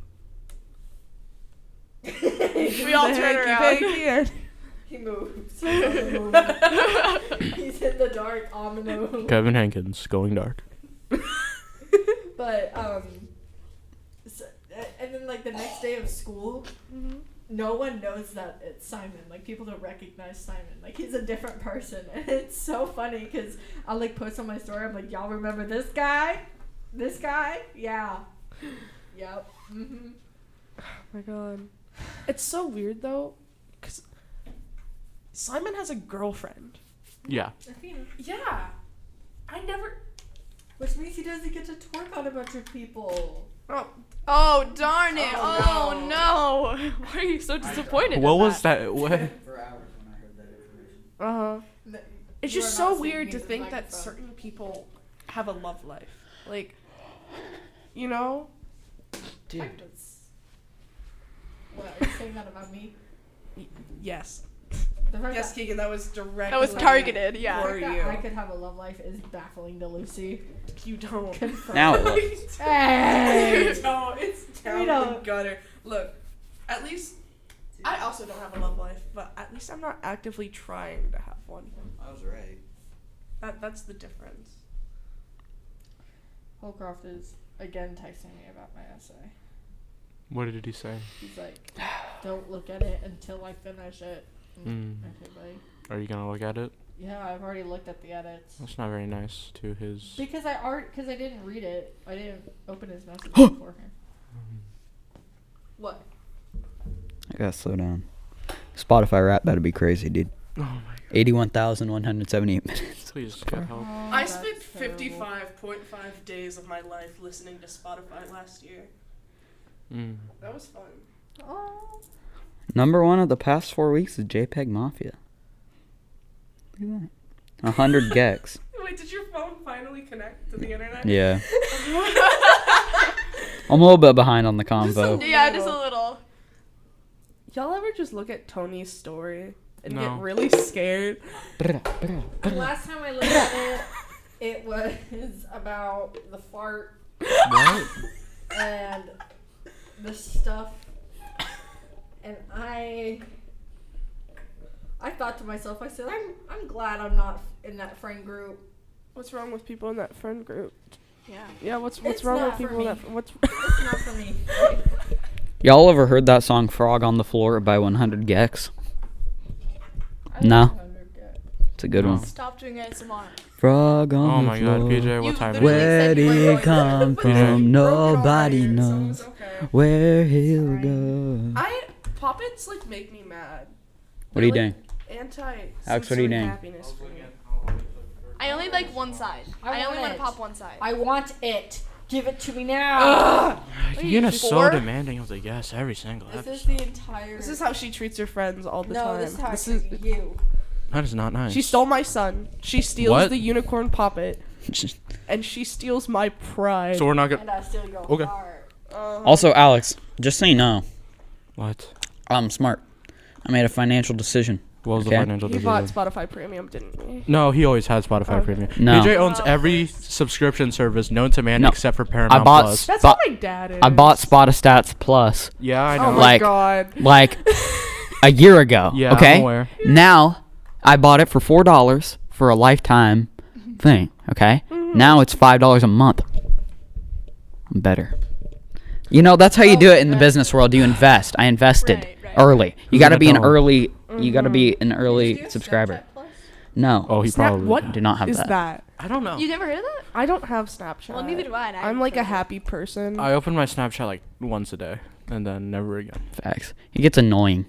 We all turn around. he moves. He's on the move. He's in the dark on the move. Kevin Hankins going dark. But um, so, a- and then like the next day of school, no one knows that it's Simon. Like people don't recognize Simon. Like he's a different person, and it's so funny because I like post on my story. I'm like, y'all remember this guy? This guy? Yeah. Yep. hmm Oh my god. It's so weird though, because Simon has a girlfriend. Yeah. Yeah. I never. Which means he doesn't get to twerk on a bunch of people. Oh, Oh darn it! Oh, Oh, no! Why are you so disappointed? What in was that? that? What? For hours when I heard that information. uh huh. N- It's you just are not so speaking weird into to the think that microphone. certain people have a love life. Like, you know? Fuck this. What are you saying that about me? Yes. The fact Yes, that- Keegan, that was direct. That was Like, targeted. the Yeah. Or- fact you. that I could have a love life is baffling to Lucy. You don't. Confirmed. Now it was. Hey! you don't. It's down the don't. gutter. Look, at least I also don't have a love life, but at least I'm not actively trying to have one. I was right. That that's the difference. Holcroft is again texting me about my essay. What did he say? He's like, don't look at it until I finish it. Mm. Okay, buddy. Are you gonna look at it? Yeah, I've already looked at the edits. That's not very nice to his. Because I already, because I didn't read it. I didn't open his message before him. What? I gotta slow down. Spotify rap, that'd be crazy, dude. Oh my god. 81,178 minutes. Please get help. Oh, Oh, I spent 55.5 days of my life listening to Spotify last year. Mm. That was fun. Oh. Number one of the past four weeks is JPEG Mafia. Look at that. 100 gex. Wait, did your phone finally connect to the internet? Yeah. I'm a little bit behind on the a combo. little- Yeah, just a little. Y'all ever just look at Tony's story and No. get really scared? The last time I looked at it, it was about the fart What? and the stuff and I I thought to myself, I said, I'm I'm glad I'm not in that friend group. What's wrong with people in that friend group? Yeah. Yeah, what's what's It's wrong not with for people in me. that? fr- What's It's not for me. Y'all ever heard that song Frog on the Floor by 100 gex? No. It's a good No. one. Stop doing ASMR. Frog on Oh the my floor. god, PJ, what You time is it? literally- Where said you did were he going to- come from? Nobody knows So it's okay. where he'll go. I puppets like make me mad. What are you They're, like, doing? Anti. Alex, what are you doing? happiness for me. I only like one side. I I, want only want it. to pop one side. I want it. Give it to me now. What are you, You're so four? demanding. I was like, yes, every single this is episode. the entire. This is how she treats her friends all the no, time. this time This is- you. That is not nice. she stole my son. She steals What? the unicorn poppet, and she steals my pride. So we're not gonna. And I steal your Okay. heart. Also, Alex, just so you know, What? I'm smart. I made a financial decision. What was Okay. the financial he decision? bought Spotify Premium, didn't he? no, he always had Spotify Premium. No. PJ owns every subscription service known to man No. except for Paramount bought Plus. s- That's But- what my dad is. I bought Spotastats Plus yeah, I Oh know. my Like- god. like a year ago. Yeah, I'm okay. aware. Now I bought it for four dollars for a lifetime thing. Okay. Now it's five dollars a month. I'm better. You know that's how you do it in the business world. You invest. I invested Right, right. early. You Who's got to that be an dollar? early. You got to be an Do you early have subscriber. Snapchat Plus? No. oh, he Snap- probably. what do not have is that. I don't know. You never heard of that? I don't have Snapchat. Well, neither do I. and I I'm like a haven't heard happy person. I open my Snapchat like once a day, and then never again. Facts. It gets annoying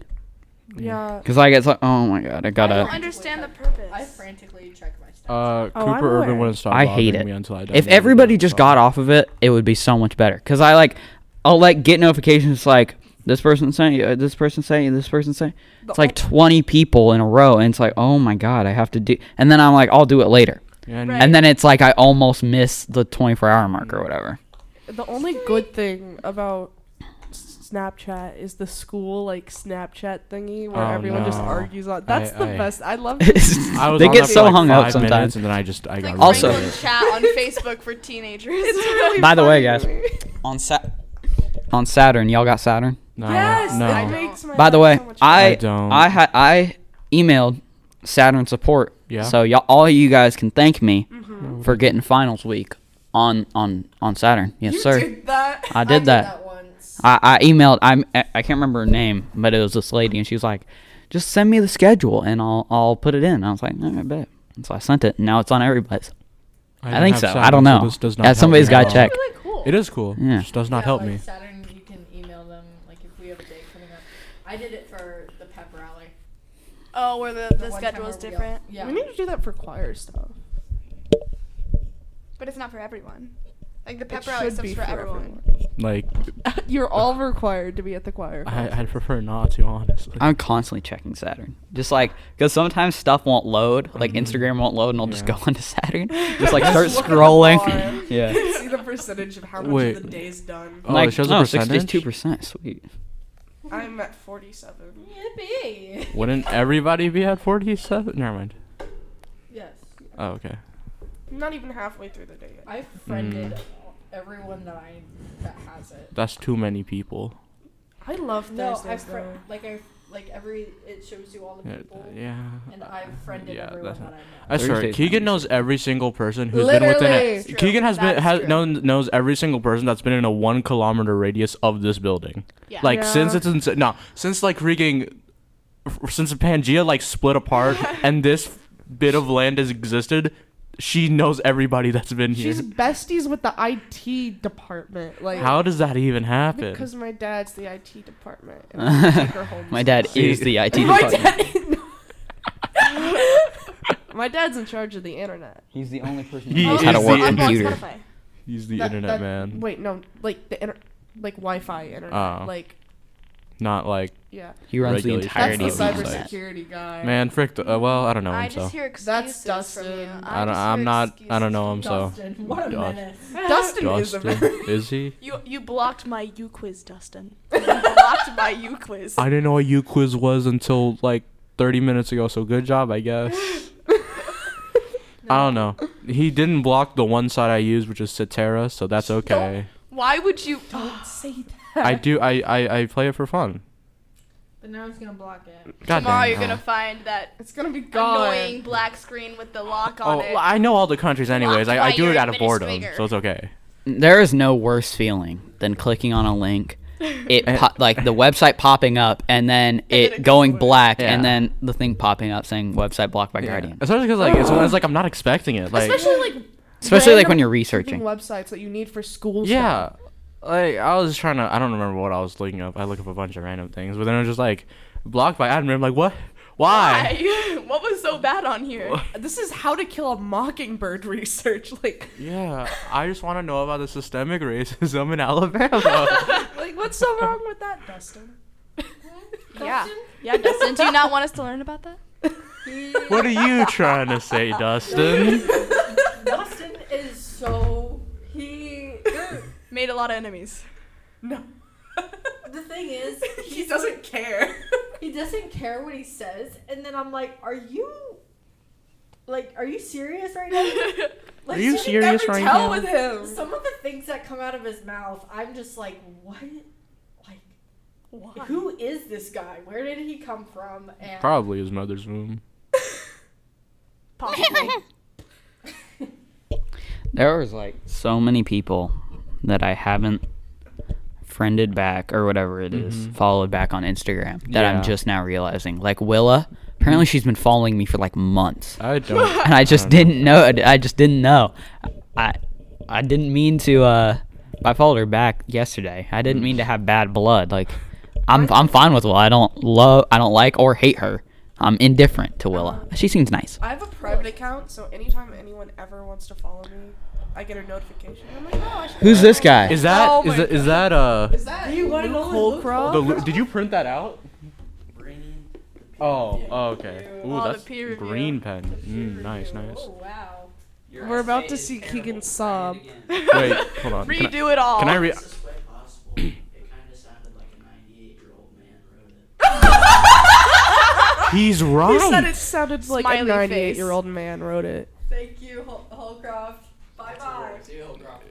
yeah. because like it's like oh my god I of it. I gotta. don't understand the purpose. I frantically check my stuff. Uh, Oh, I'm Cooper Urban aware. wouldn't stop. I hate bothering it. Me until I if downloaded everybody it, just so- got off of it, it would be so much better. Cause I like, I'll like get notifications like this person sent you, uh, this person sent you, this person sent. you. It's like twenty people in a row, and it's like, oh my god, I have to do. And then I'm like, I'll do it later. Yeah, and- Right. And then it's like I almost miss the 24 hour mark or whatever. The only good thing about s- Snapchat is the school like Snapchat thingy where Oh, everyone just no. argue on. That's I- the I- best. I love. I was they get on that for, so like, hung up five sometimes. minutes, and then I just I It's got like Also- Franklin chat on Facebook for teenagers. really By the way, funny to guys, me. on Sat, on Saturn, y'all got Saturn. no, yes, no. that makes oh. my By the way, life so much I I don't. I had I emailed Saturn support. Yeah. So y'all, all you guys can thank me for getting finals week on on on Saturn. Yes, sir. did that. I I did that. once. I, I emailed. I'm. I I can't remember her name, but it was this lady, and she was like, "Just send me the schedule, and I'll I'll put it in." I was like, "No, I bet." And so I sent it. And now it's on everybody's. I, don't think have so. I Saturn, don't so know. this does not yeah, help me somebody's at got to all. check. really cool. It is cool. Yeah. It just does not Yeah, help like me. Saturn, you can email them like if we have a date coming up. I did it for the pep rally. Oh, where the, the one schedule time is where we all- different. Yeah. We need to do that for choir stuff. But it's not for everyone. Like the It pep rally should stuff's be for, everyone. Like You're all required to be at the choir. I, I'd prefer not to, honestly. I'm constantly checking Saturn. Just like, because sometimes stuff won't load, like Instagram won't load, and I'll just go Yeah. onto Saturn. Just like start Look at the bar. scrolling. yeah. see the percentage of how much Wait. of the day's done. oh, like, it shows no, a percentage. 62%. Sweet. I'm at 47. Yippee! Wouldn't everybody be at forty-seven? Never mind. Yes, Oh, okay. I'm not even halfway through the day yet. I friended Mm. everyone that I that has it. That's too many people. I love No, I Thursdays fri though. like I like every it shows you all the Yeah. people, yeah. and I've friended yeah, everyone that's that I not- know. I swear, Thursday Keegan times. knows every single person who's been Literally. within That's it. true. Keegan has That been is has true. known knows every single person that's been in a one kilometer radius of this building. Yeah. Like since Yeah. it's in, no since like freaking f- since Pangea like split apart and this f- bit of land has existed, she knows everybody that's been here. She's besties with the IT department. Like How does that even happen? Because my dad's the IT department. And I take her home My dad See. is the IT My department. dad. my dad's in charge of the internet. He's the only person He who knows is how to the work a internet. computer. Spotify. He's the That- internet that- man, Wait, no, like the inter, like Wi-Fi internet. Oh. Like not like yeah, He runs the Regulation. that's entirety the of the site. site. cybersecurity guy. man. Frick. The, uh, well, I don't know I him so. just hear That's excuses from you. Dustin. I don't. just I'm hear not. I don't excuses. know him so. Dustin, what a God. menace! Dustin, is a Dustin, very- is he? You you blocked my U quiz, Dustin. You blocked my U quiz. I didn't know what U quiz was until like 30 minutes ago, so good job, I guess. I don't know. He didn't block the one side I use, which is Cetera, so that's okay. Why would you? Say that. I do. I, I I play it for fun. But now it's gonna block it. God Tomorrow damn. you're gonna find that It's gonna be gone. annoying black screen with the lock Oh, on it. well, I know all the countries anyways. I, I by do it your out of boredom, administrator. so it's okay. There is no worse feeling than clicking on a link, it po- like the website popping up and then it it going goes away. black Yeah. and then the thing popping up saying website blocked by Guardian. Especially because like it's, it's like I'm not expecting it. Like Especially like Especially like when random you're fucking researching. websites that you need for school. stuff. yeah, like I was trying to. I don't remember what I was looking up. I look up a bunch of random things, but then I was just like blocked by admin. I'm like what? Why? Why? what was so so bad on here. This is how to kill a mockingbird research. Like, Yeah, I just want to know about the systemic racism in Alabama. like what's so wrong with that, Dustin? Hmm? yeah. Yeah, Dustin, do you not want us to learn about that? what are you trying to say, Dustin? Dustin is so he. Made a lot of enemies. No. The thing is, he doesn't care. he doesn't care what he says, and then I'm like, "Are you, like, are you serious right now?" Like, Are you some- serious Never right tell now? with him. Some of the things that come out of his mouth, I'm just like, "What? Like, who is this guy? Where did he come from?" And Probably his mother's womb. Possibly. There was like so many people that I haven't friended back or whatever it is, followed back on Instagram that Yeah. I'm just now realizing. Like Willa, apparently she's been following me for like months, I don't. and I just didn't know. I just didn't know. I I didn't mean to. uh I followed her back yesterday. I didn't mean to have bad blood. Like I'm I'm fine with Willa. I don't love. I don't like or hate her. I'm indifferent to Willa. She seems nice. I have a private account, so anytime anyone ever wants to follow me, I get a notification. I'm like, oh, I should. Who's this guy? Is that Oh is my that is that uh? Is that you want to cold crop? The, lu- did you print that out? Bringing Oh, oh okay. Ooh, Oh, the that's peer review. green pen. Mm, nice, nice. oh wow, your We're about essay to is see terrible. Keegan Try it sob. again. Wait, hold on. Can I- Redo it all. Can I re- It's this way possible. It kind of sounded like a 98 year old man wrote it. He He's said right. it sounded like Smiley a face. 98 year old man wrote it. thank you, Hol- Holcroft. Bye bye." It's a hill drop.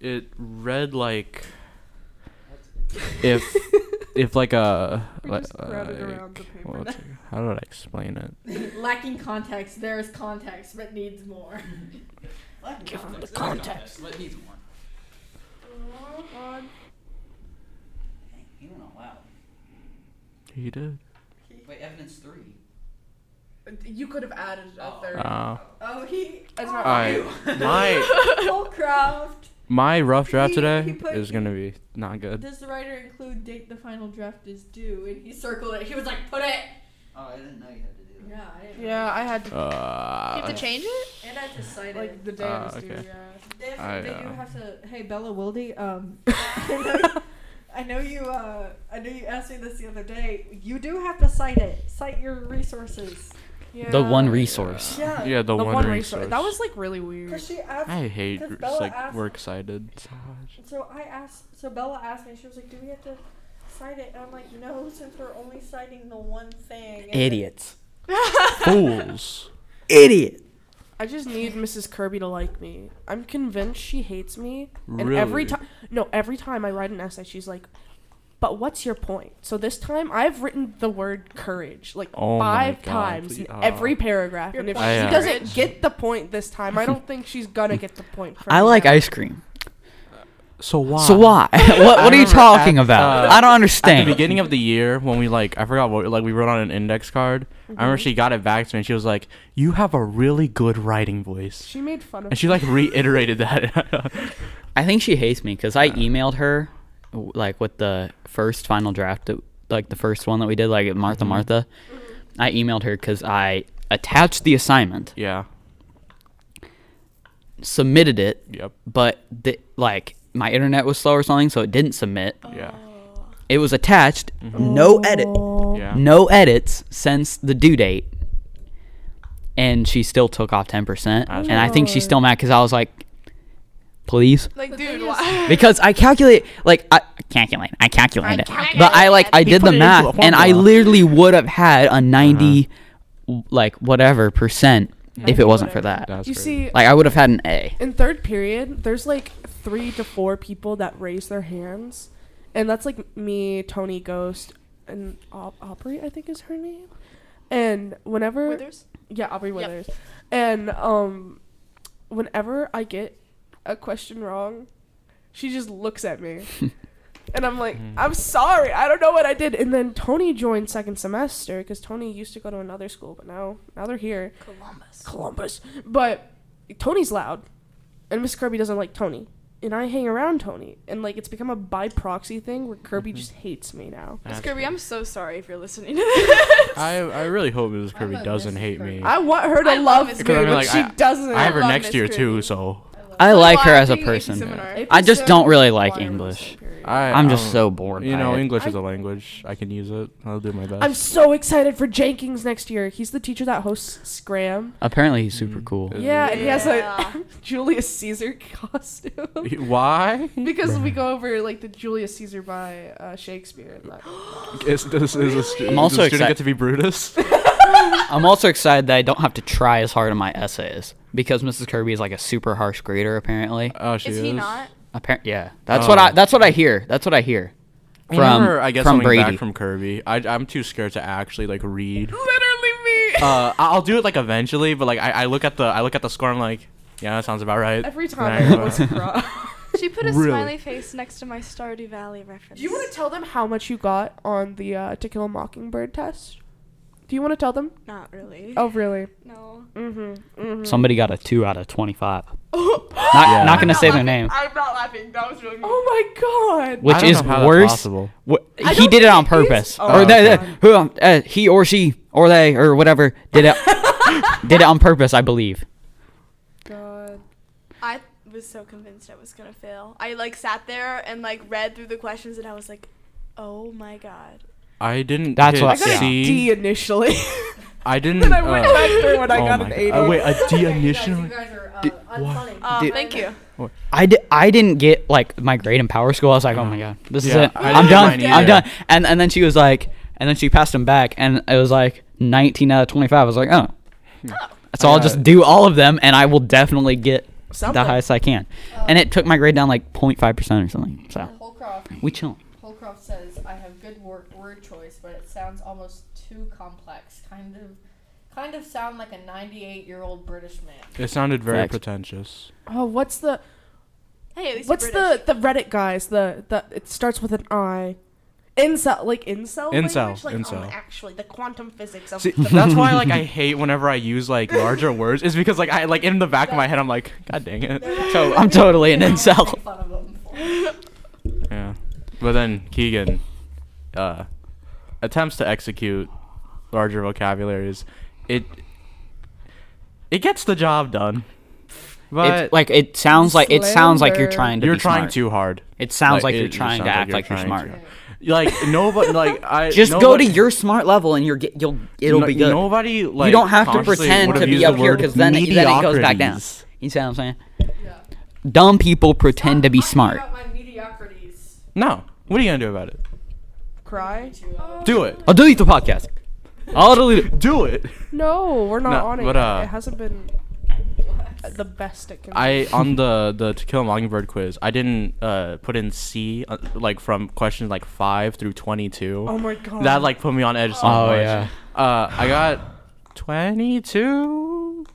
It read like if if like a We like, just crowded around the paper. well, let's see. how would I explain it? Lacking context, there is context, but needs more. Give him the context. But he's one. Dang, He went all out. He did. Wait, evidence three. You could have added a Oh. third. Uh, Oh, he. That's oh, not Alright, my Holcroft. my rough draft He- he today put- is gonna be not good. Does the writer include date the final draft is due? And he circled it. He was like, put it. Oh, I didn't know you had to do that. Yeah, I didn't. Yeah, I had to You have Uh, to change it? And I just cited. like the day Ah, I was due. okay. Yeah. they, have- I, they do uh, have to. Hey, Bella Wildy. Um, I know- I know you. Uh, I know you asked me this the other day. You do have to cite it. Cite your resources. The Yeah. one resource. Yeah. yeah, the, The one, one resource. resource. That was like really weird. Cause she asked. I hate Because just Bella like asked- work cited so much. So I asked. So Bella asked me. She was like, "Do we have to cite it?" And I'm like, "No, since we're only citing the one thing." And Idiots. Fools. Idiot. I just need Mrs. Kirby to like me. I'm convinced she hates me. And every Really? time, no, every time I write an essay, she's like, "But what's your point?" So this time, I've written the word courage like Oh five my God, times in please- every oh. paragraph, and if she point is doesn't get the point this time, I don't think she's gonna get the point. From I me like now. ice cream. So why? So why? what What are you remember talking at, about? uh, I don't At understand. the beginning of the year, when we like, I forgot what, like we wrote on an index card. I remember she got it back to me, and she was like, "You have a really good writing voice," She made fun of. and she like reiterated that. I think she hates me because I emailed her, w- like with the first final draft, that, like the first one that we did, like Mm-hmm. Martha Martha. I emailed her because I attached the assignment, yeah. submitted it, Yep. but the, like my internet was slow or something, so it didn't submit. Yeah. It was attached, Mm-hmm. no edit, Yeah. no edits since the due date. And she still took off 10%. That's And I think she's still mad because I was like, please. Like, dude, why? because I calculate like I I calculate I calculate it, but I like I He did put the it into a math and I formula. Uh-huh. literally would have had a 90 w- like whatever percent if it wasn't for that. That's you crazy. see, Like I would have had an A. in third period, there's like three to four people that raise their hands, and that's like me, Tony, Ghost, and Au- Aubrey. I think is her name. And whenever Withers? yeah, Aubrey Yep. Withers, and um, whenever I get a question wrong, she just looks at me. And I'm like, I'm sorry, I don't know what I did. And then Tony joined second semester because Tony used to go to another school, but now now they're here. Columbus. Columbus. But Tony's loud, and Miss Kirby doesn't like Tony. and I hang around Tony, and like it's become a by proxy thing where Kirby just hates me now. Miss That's Kirby, cool. I'm so sorry if you're listening to this. I I really hope Mrs. I'm Kirby a doesn't Mrs. hate Kirby. me. I want her to I love love me, Miss Kirby. but Like, she I- doesn't. I have her love next Miss year too, Kirby. so I So like her why as a taking AP person. seminar? If I it's just so don't really like required, English. it's superior. I I'm I just don't- so bored You by know, it. English is I- a language. I can use it. I'll do my best. I'm so excited for Jenkins next year. He's the teacher that hosts Scram. Apparently, he's Mm. super cool. Yeah, and he has Yeah. a Julius Caesar costume. Why? because we go over like the Julius Caesar by uh, Shakespeare. And that. Is, does, is a stu- I'm also does a student excited- get to be Brutus? I'm also excited that I don't have to try as hard on my essays because Mrs. Kirby is like a super harsh grader. Apparently, Oh, she is he not? Appar- yeah, that's what I. Oh. That's what I hear. That's what I hear. I From- remember, I guess from something back Brady. from Kirby. I, I'm too scared to actually like read. Literally me. Uh, I'll do it like eventually, but like I, I look at the I look at the score. I'm like, yeah, that sounds about right. Every Right. time I almost cry. she put a really? smiley face next to my Stardew Valley reference. Do you want to tell them how much you got on the uh, To Kill a Mockingbird test? Do you want to tell them? Not really. Oh, really? no. Mm-hmm. mm-hmm. Somebody got a two out of twenty-five. not, Yeah. not gonna say their name. I'm not laughing. That was really mean. Oh my God! Which I don't is know how that's worse. possible. Wh- I he don't did it think it on is- purpose, Oh, or they, okay. who, um, uh, he or she or they or whatever did it did it on purpose, I believe. God. I was so convinced I was gonna fail. I like sat there and like read through the questions and I was like, oh my god. I didn't. That's hit I what- got yeah. a C. D initially. I didn't. then I went uh, back through and I oh got my an God. 80. Oh wait, a D initially. You guys are uh, unfunny. Uh, Did- thank you. I, di- I didn't get like my grade in power school. I was like, oh my god, this is Yeah, it. I I'm didn't done. get mine I'm either. done. And and then she was like, and then she passed him back, and it was like 19 out of 25. I was like, oh, so I'll got- just do all of them, and I will definitely get Something. the highest I can. and it took my grade down like 0.5 percent or something. So Holcroft, we chill. Holcroft says, I have good wor- word choice, but it sounds almost too complex. Kind of kind of sound like a 98-year-old British man. It sounded very Facts. pretentious. Oh, what's the Hey, at least what's you're British. the the Reddit guys? The the it starts with an I. Incel, like incel. Incel, language? Like, incel. Um, actually, the quantum physics of. See, that's why like I hate whenever I use like larger words is because like I like in the back of my head I'm like, god dang it. So I'm totally an incel. Make fun of him. yeah, but then Keegan uh, attempts to execute larger vocabularies. It it gets the job done, but It, like it sounds like it sounds like you're Slammer. trying to. you're be trying smart. too hard. It sounds like, it- you're it trying to sounds act like you're, trying smart. too- Like nobody, like I Just go to nobody- your smart level, and you're get, you'll it'll no- be good. Nobody like you don't have to consciously pretend would to have be used up the here word because then, it- then it goes back down. mediocrities. You see what I'm saying? Yeah. Dumb people pretend to be Talking smart. about my mediocrities. uh, No. What are you gonna do about it? Cry? Two of Do it. I'll delete the podcast. I'll delete it. Do it. No, we're not No, on it. but, yet. uh, it hasn't been the best it can. I on the the To Kill a Mockingbird quiz, I didn't uh, put in C uh, like from questions like five through twenty two. Oh my god. That like put me on edge so Oh, much. yeah. Uh, I got twenty two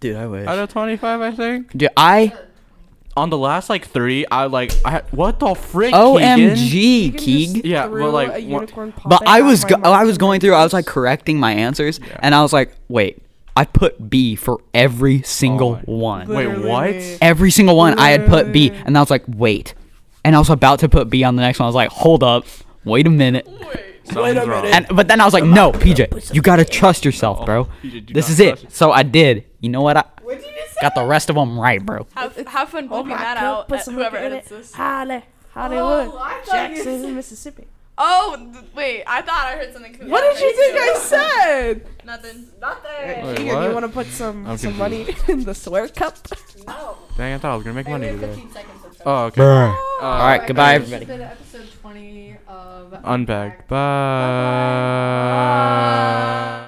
Dude, I wish. out of twenty five, I think. Dude, I On the last like three, I like I had- what the frick? Keegan? OMG Keegan just Keeg. Yeah, but, threw like, a what- unicorn pop But out I of was my go- I was mouth. going through. I was like correcting my answers, and I was like, wait, I put B for every single Oh my. one. Wait, Literally what? me. Every single one I had put B, and I was like, wait, and I was about to put B on the next one. I was like, hold up, wait a minute. Something's wrong. And but then I was like, no, PJ, you gotta trust yourself, bro. PJ, do This not is trust it. it. So I did. You know what? I What did you say? got the rest of them right, bro. have, have fun Oh bleeping my that God, out. put uh, some whoever liquor in edits it. this. Holly, Hollywood, Oh, I thought you said- Jackson, Mississippi. Oh th- wait, I thought I heard something. cool. What did you think I said? Nothing. Nothing. Wait, Keegan, you what? want to put some I'm some money in the swear cup? No. Dang, I thought I was gonna make Hey, we money have today. 15 seconds of Oh, okay. All right, goodbye, This everybody. has been episode 20 of Unpack. Bye. Bye.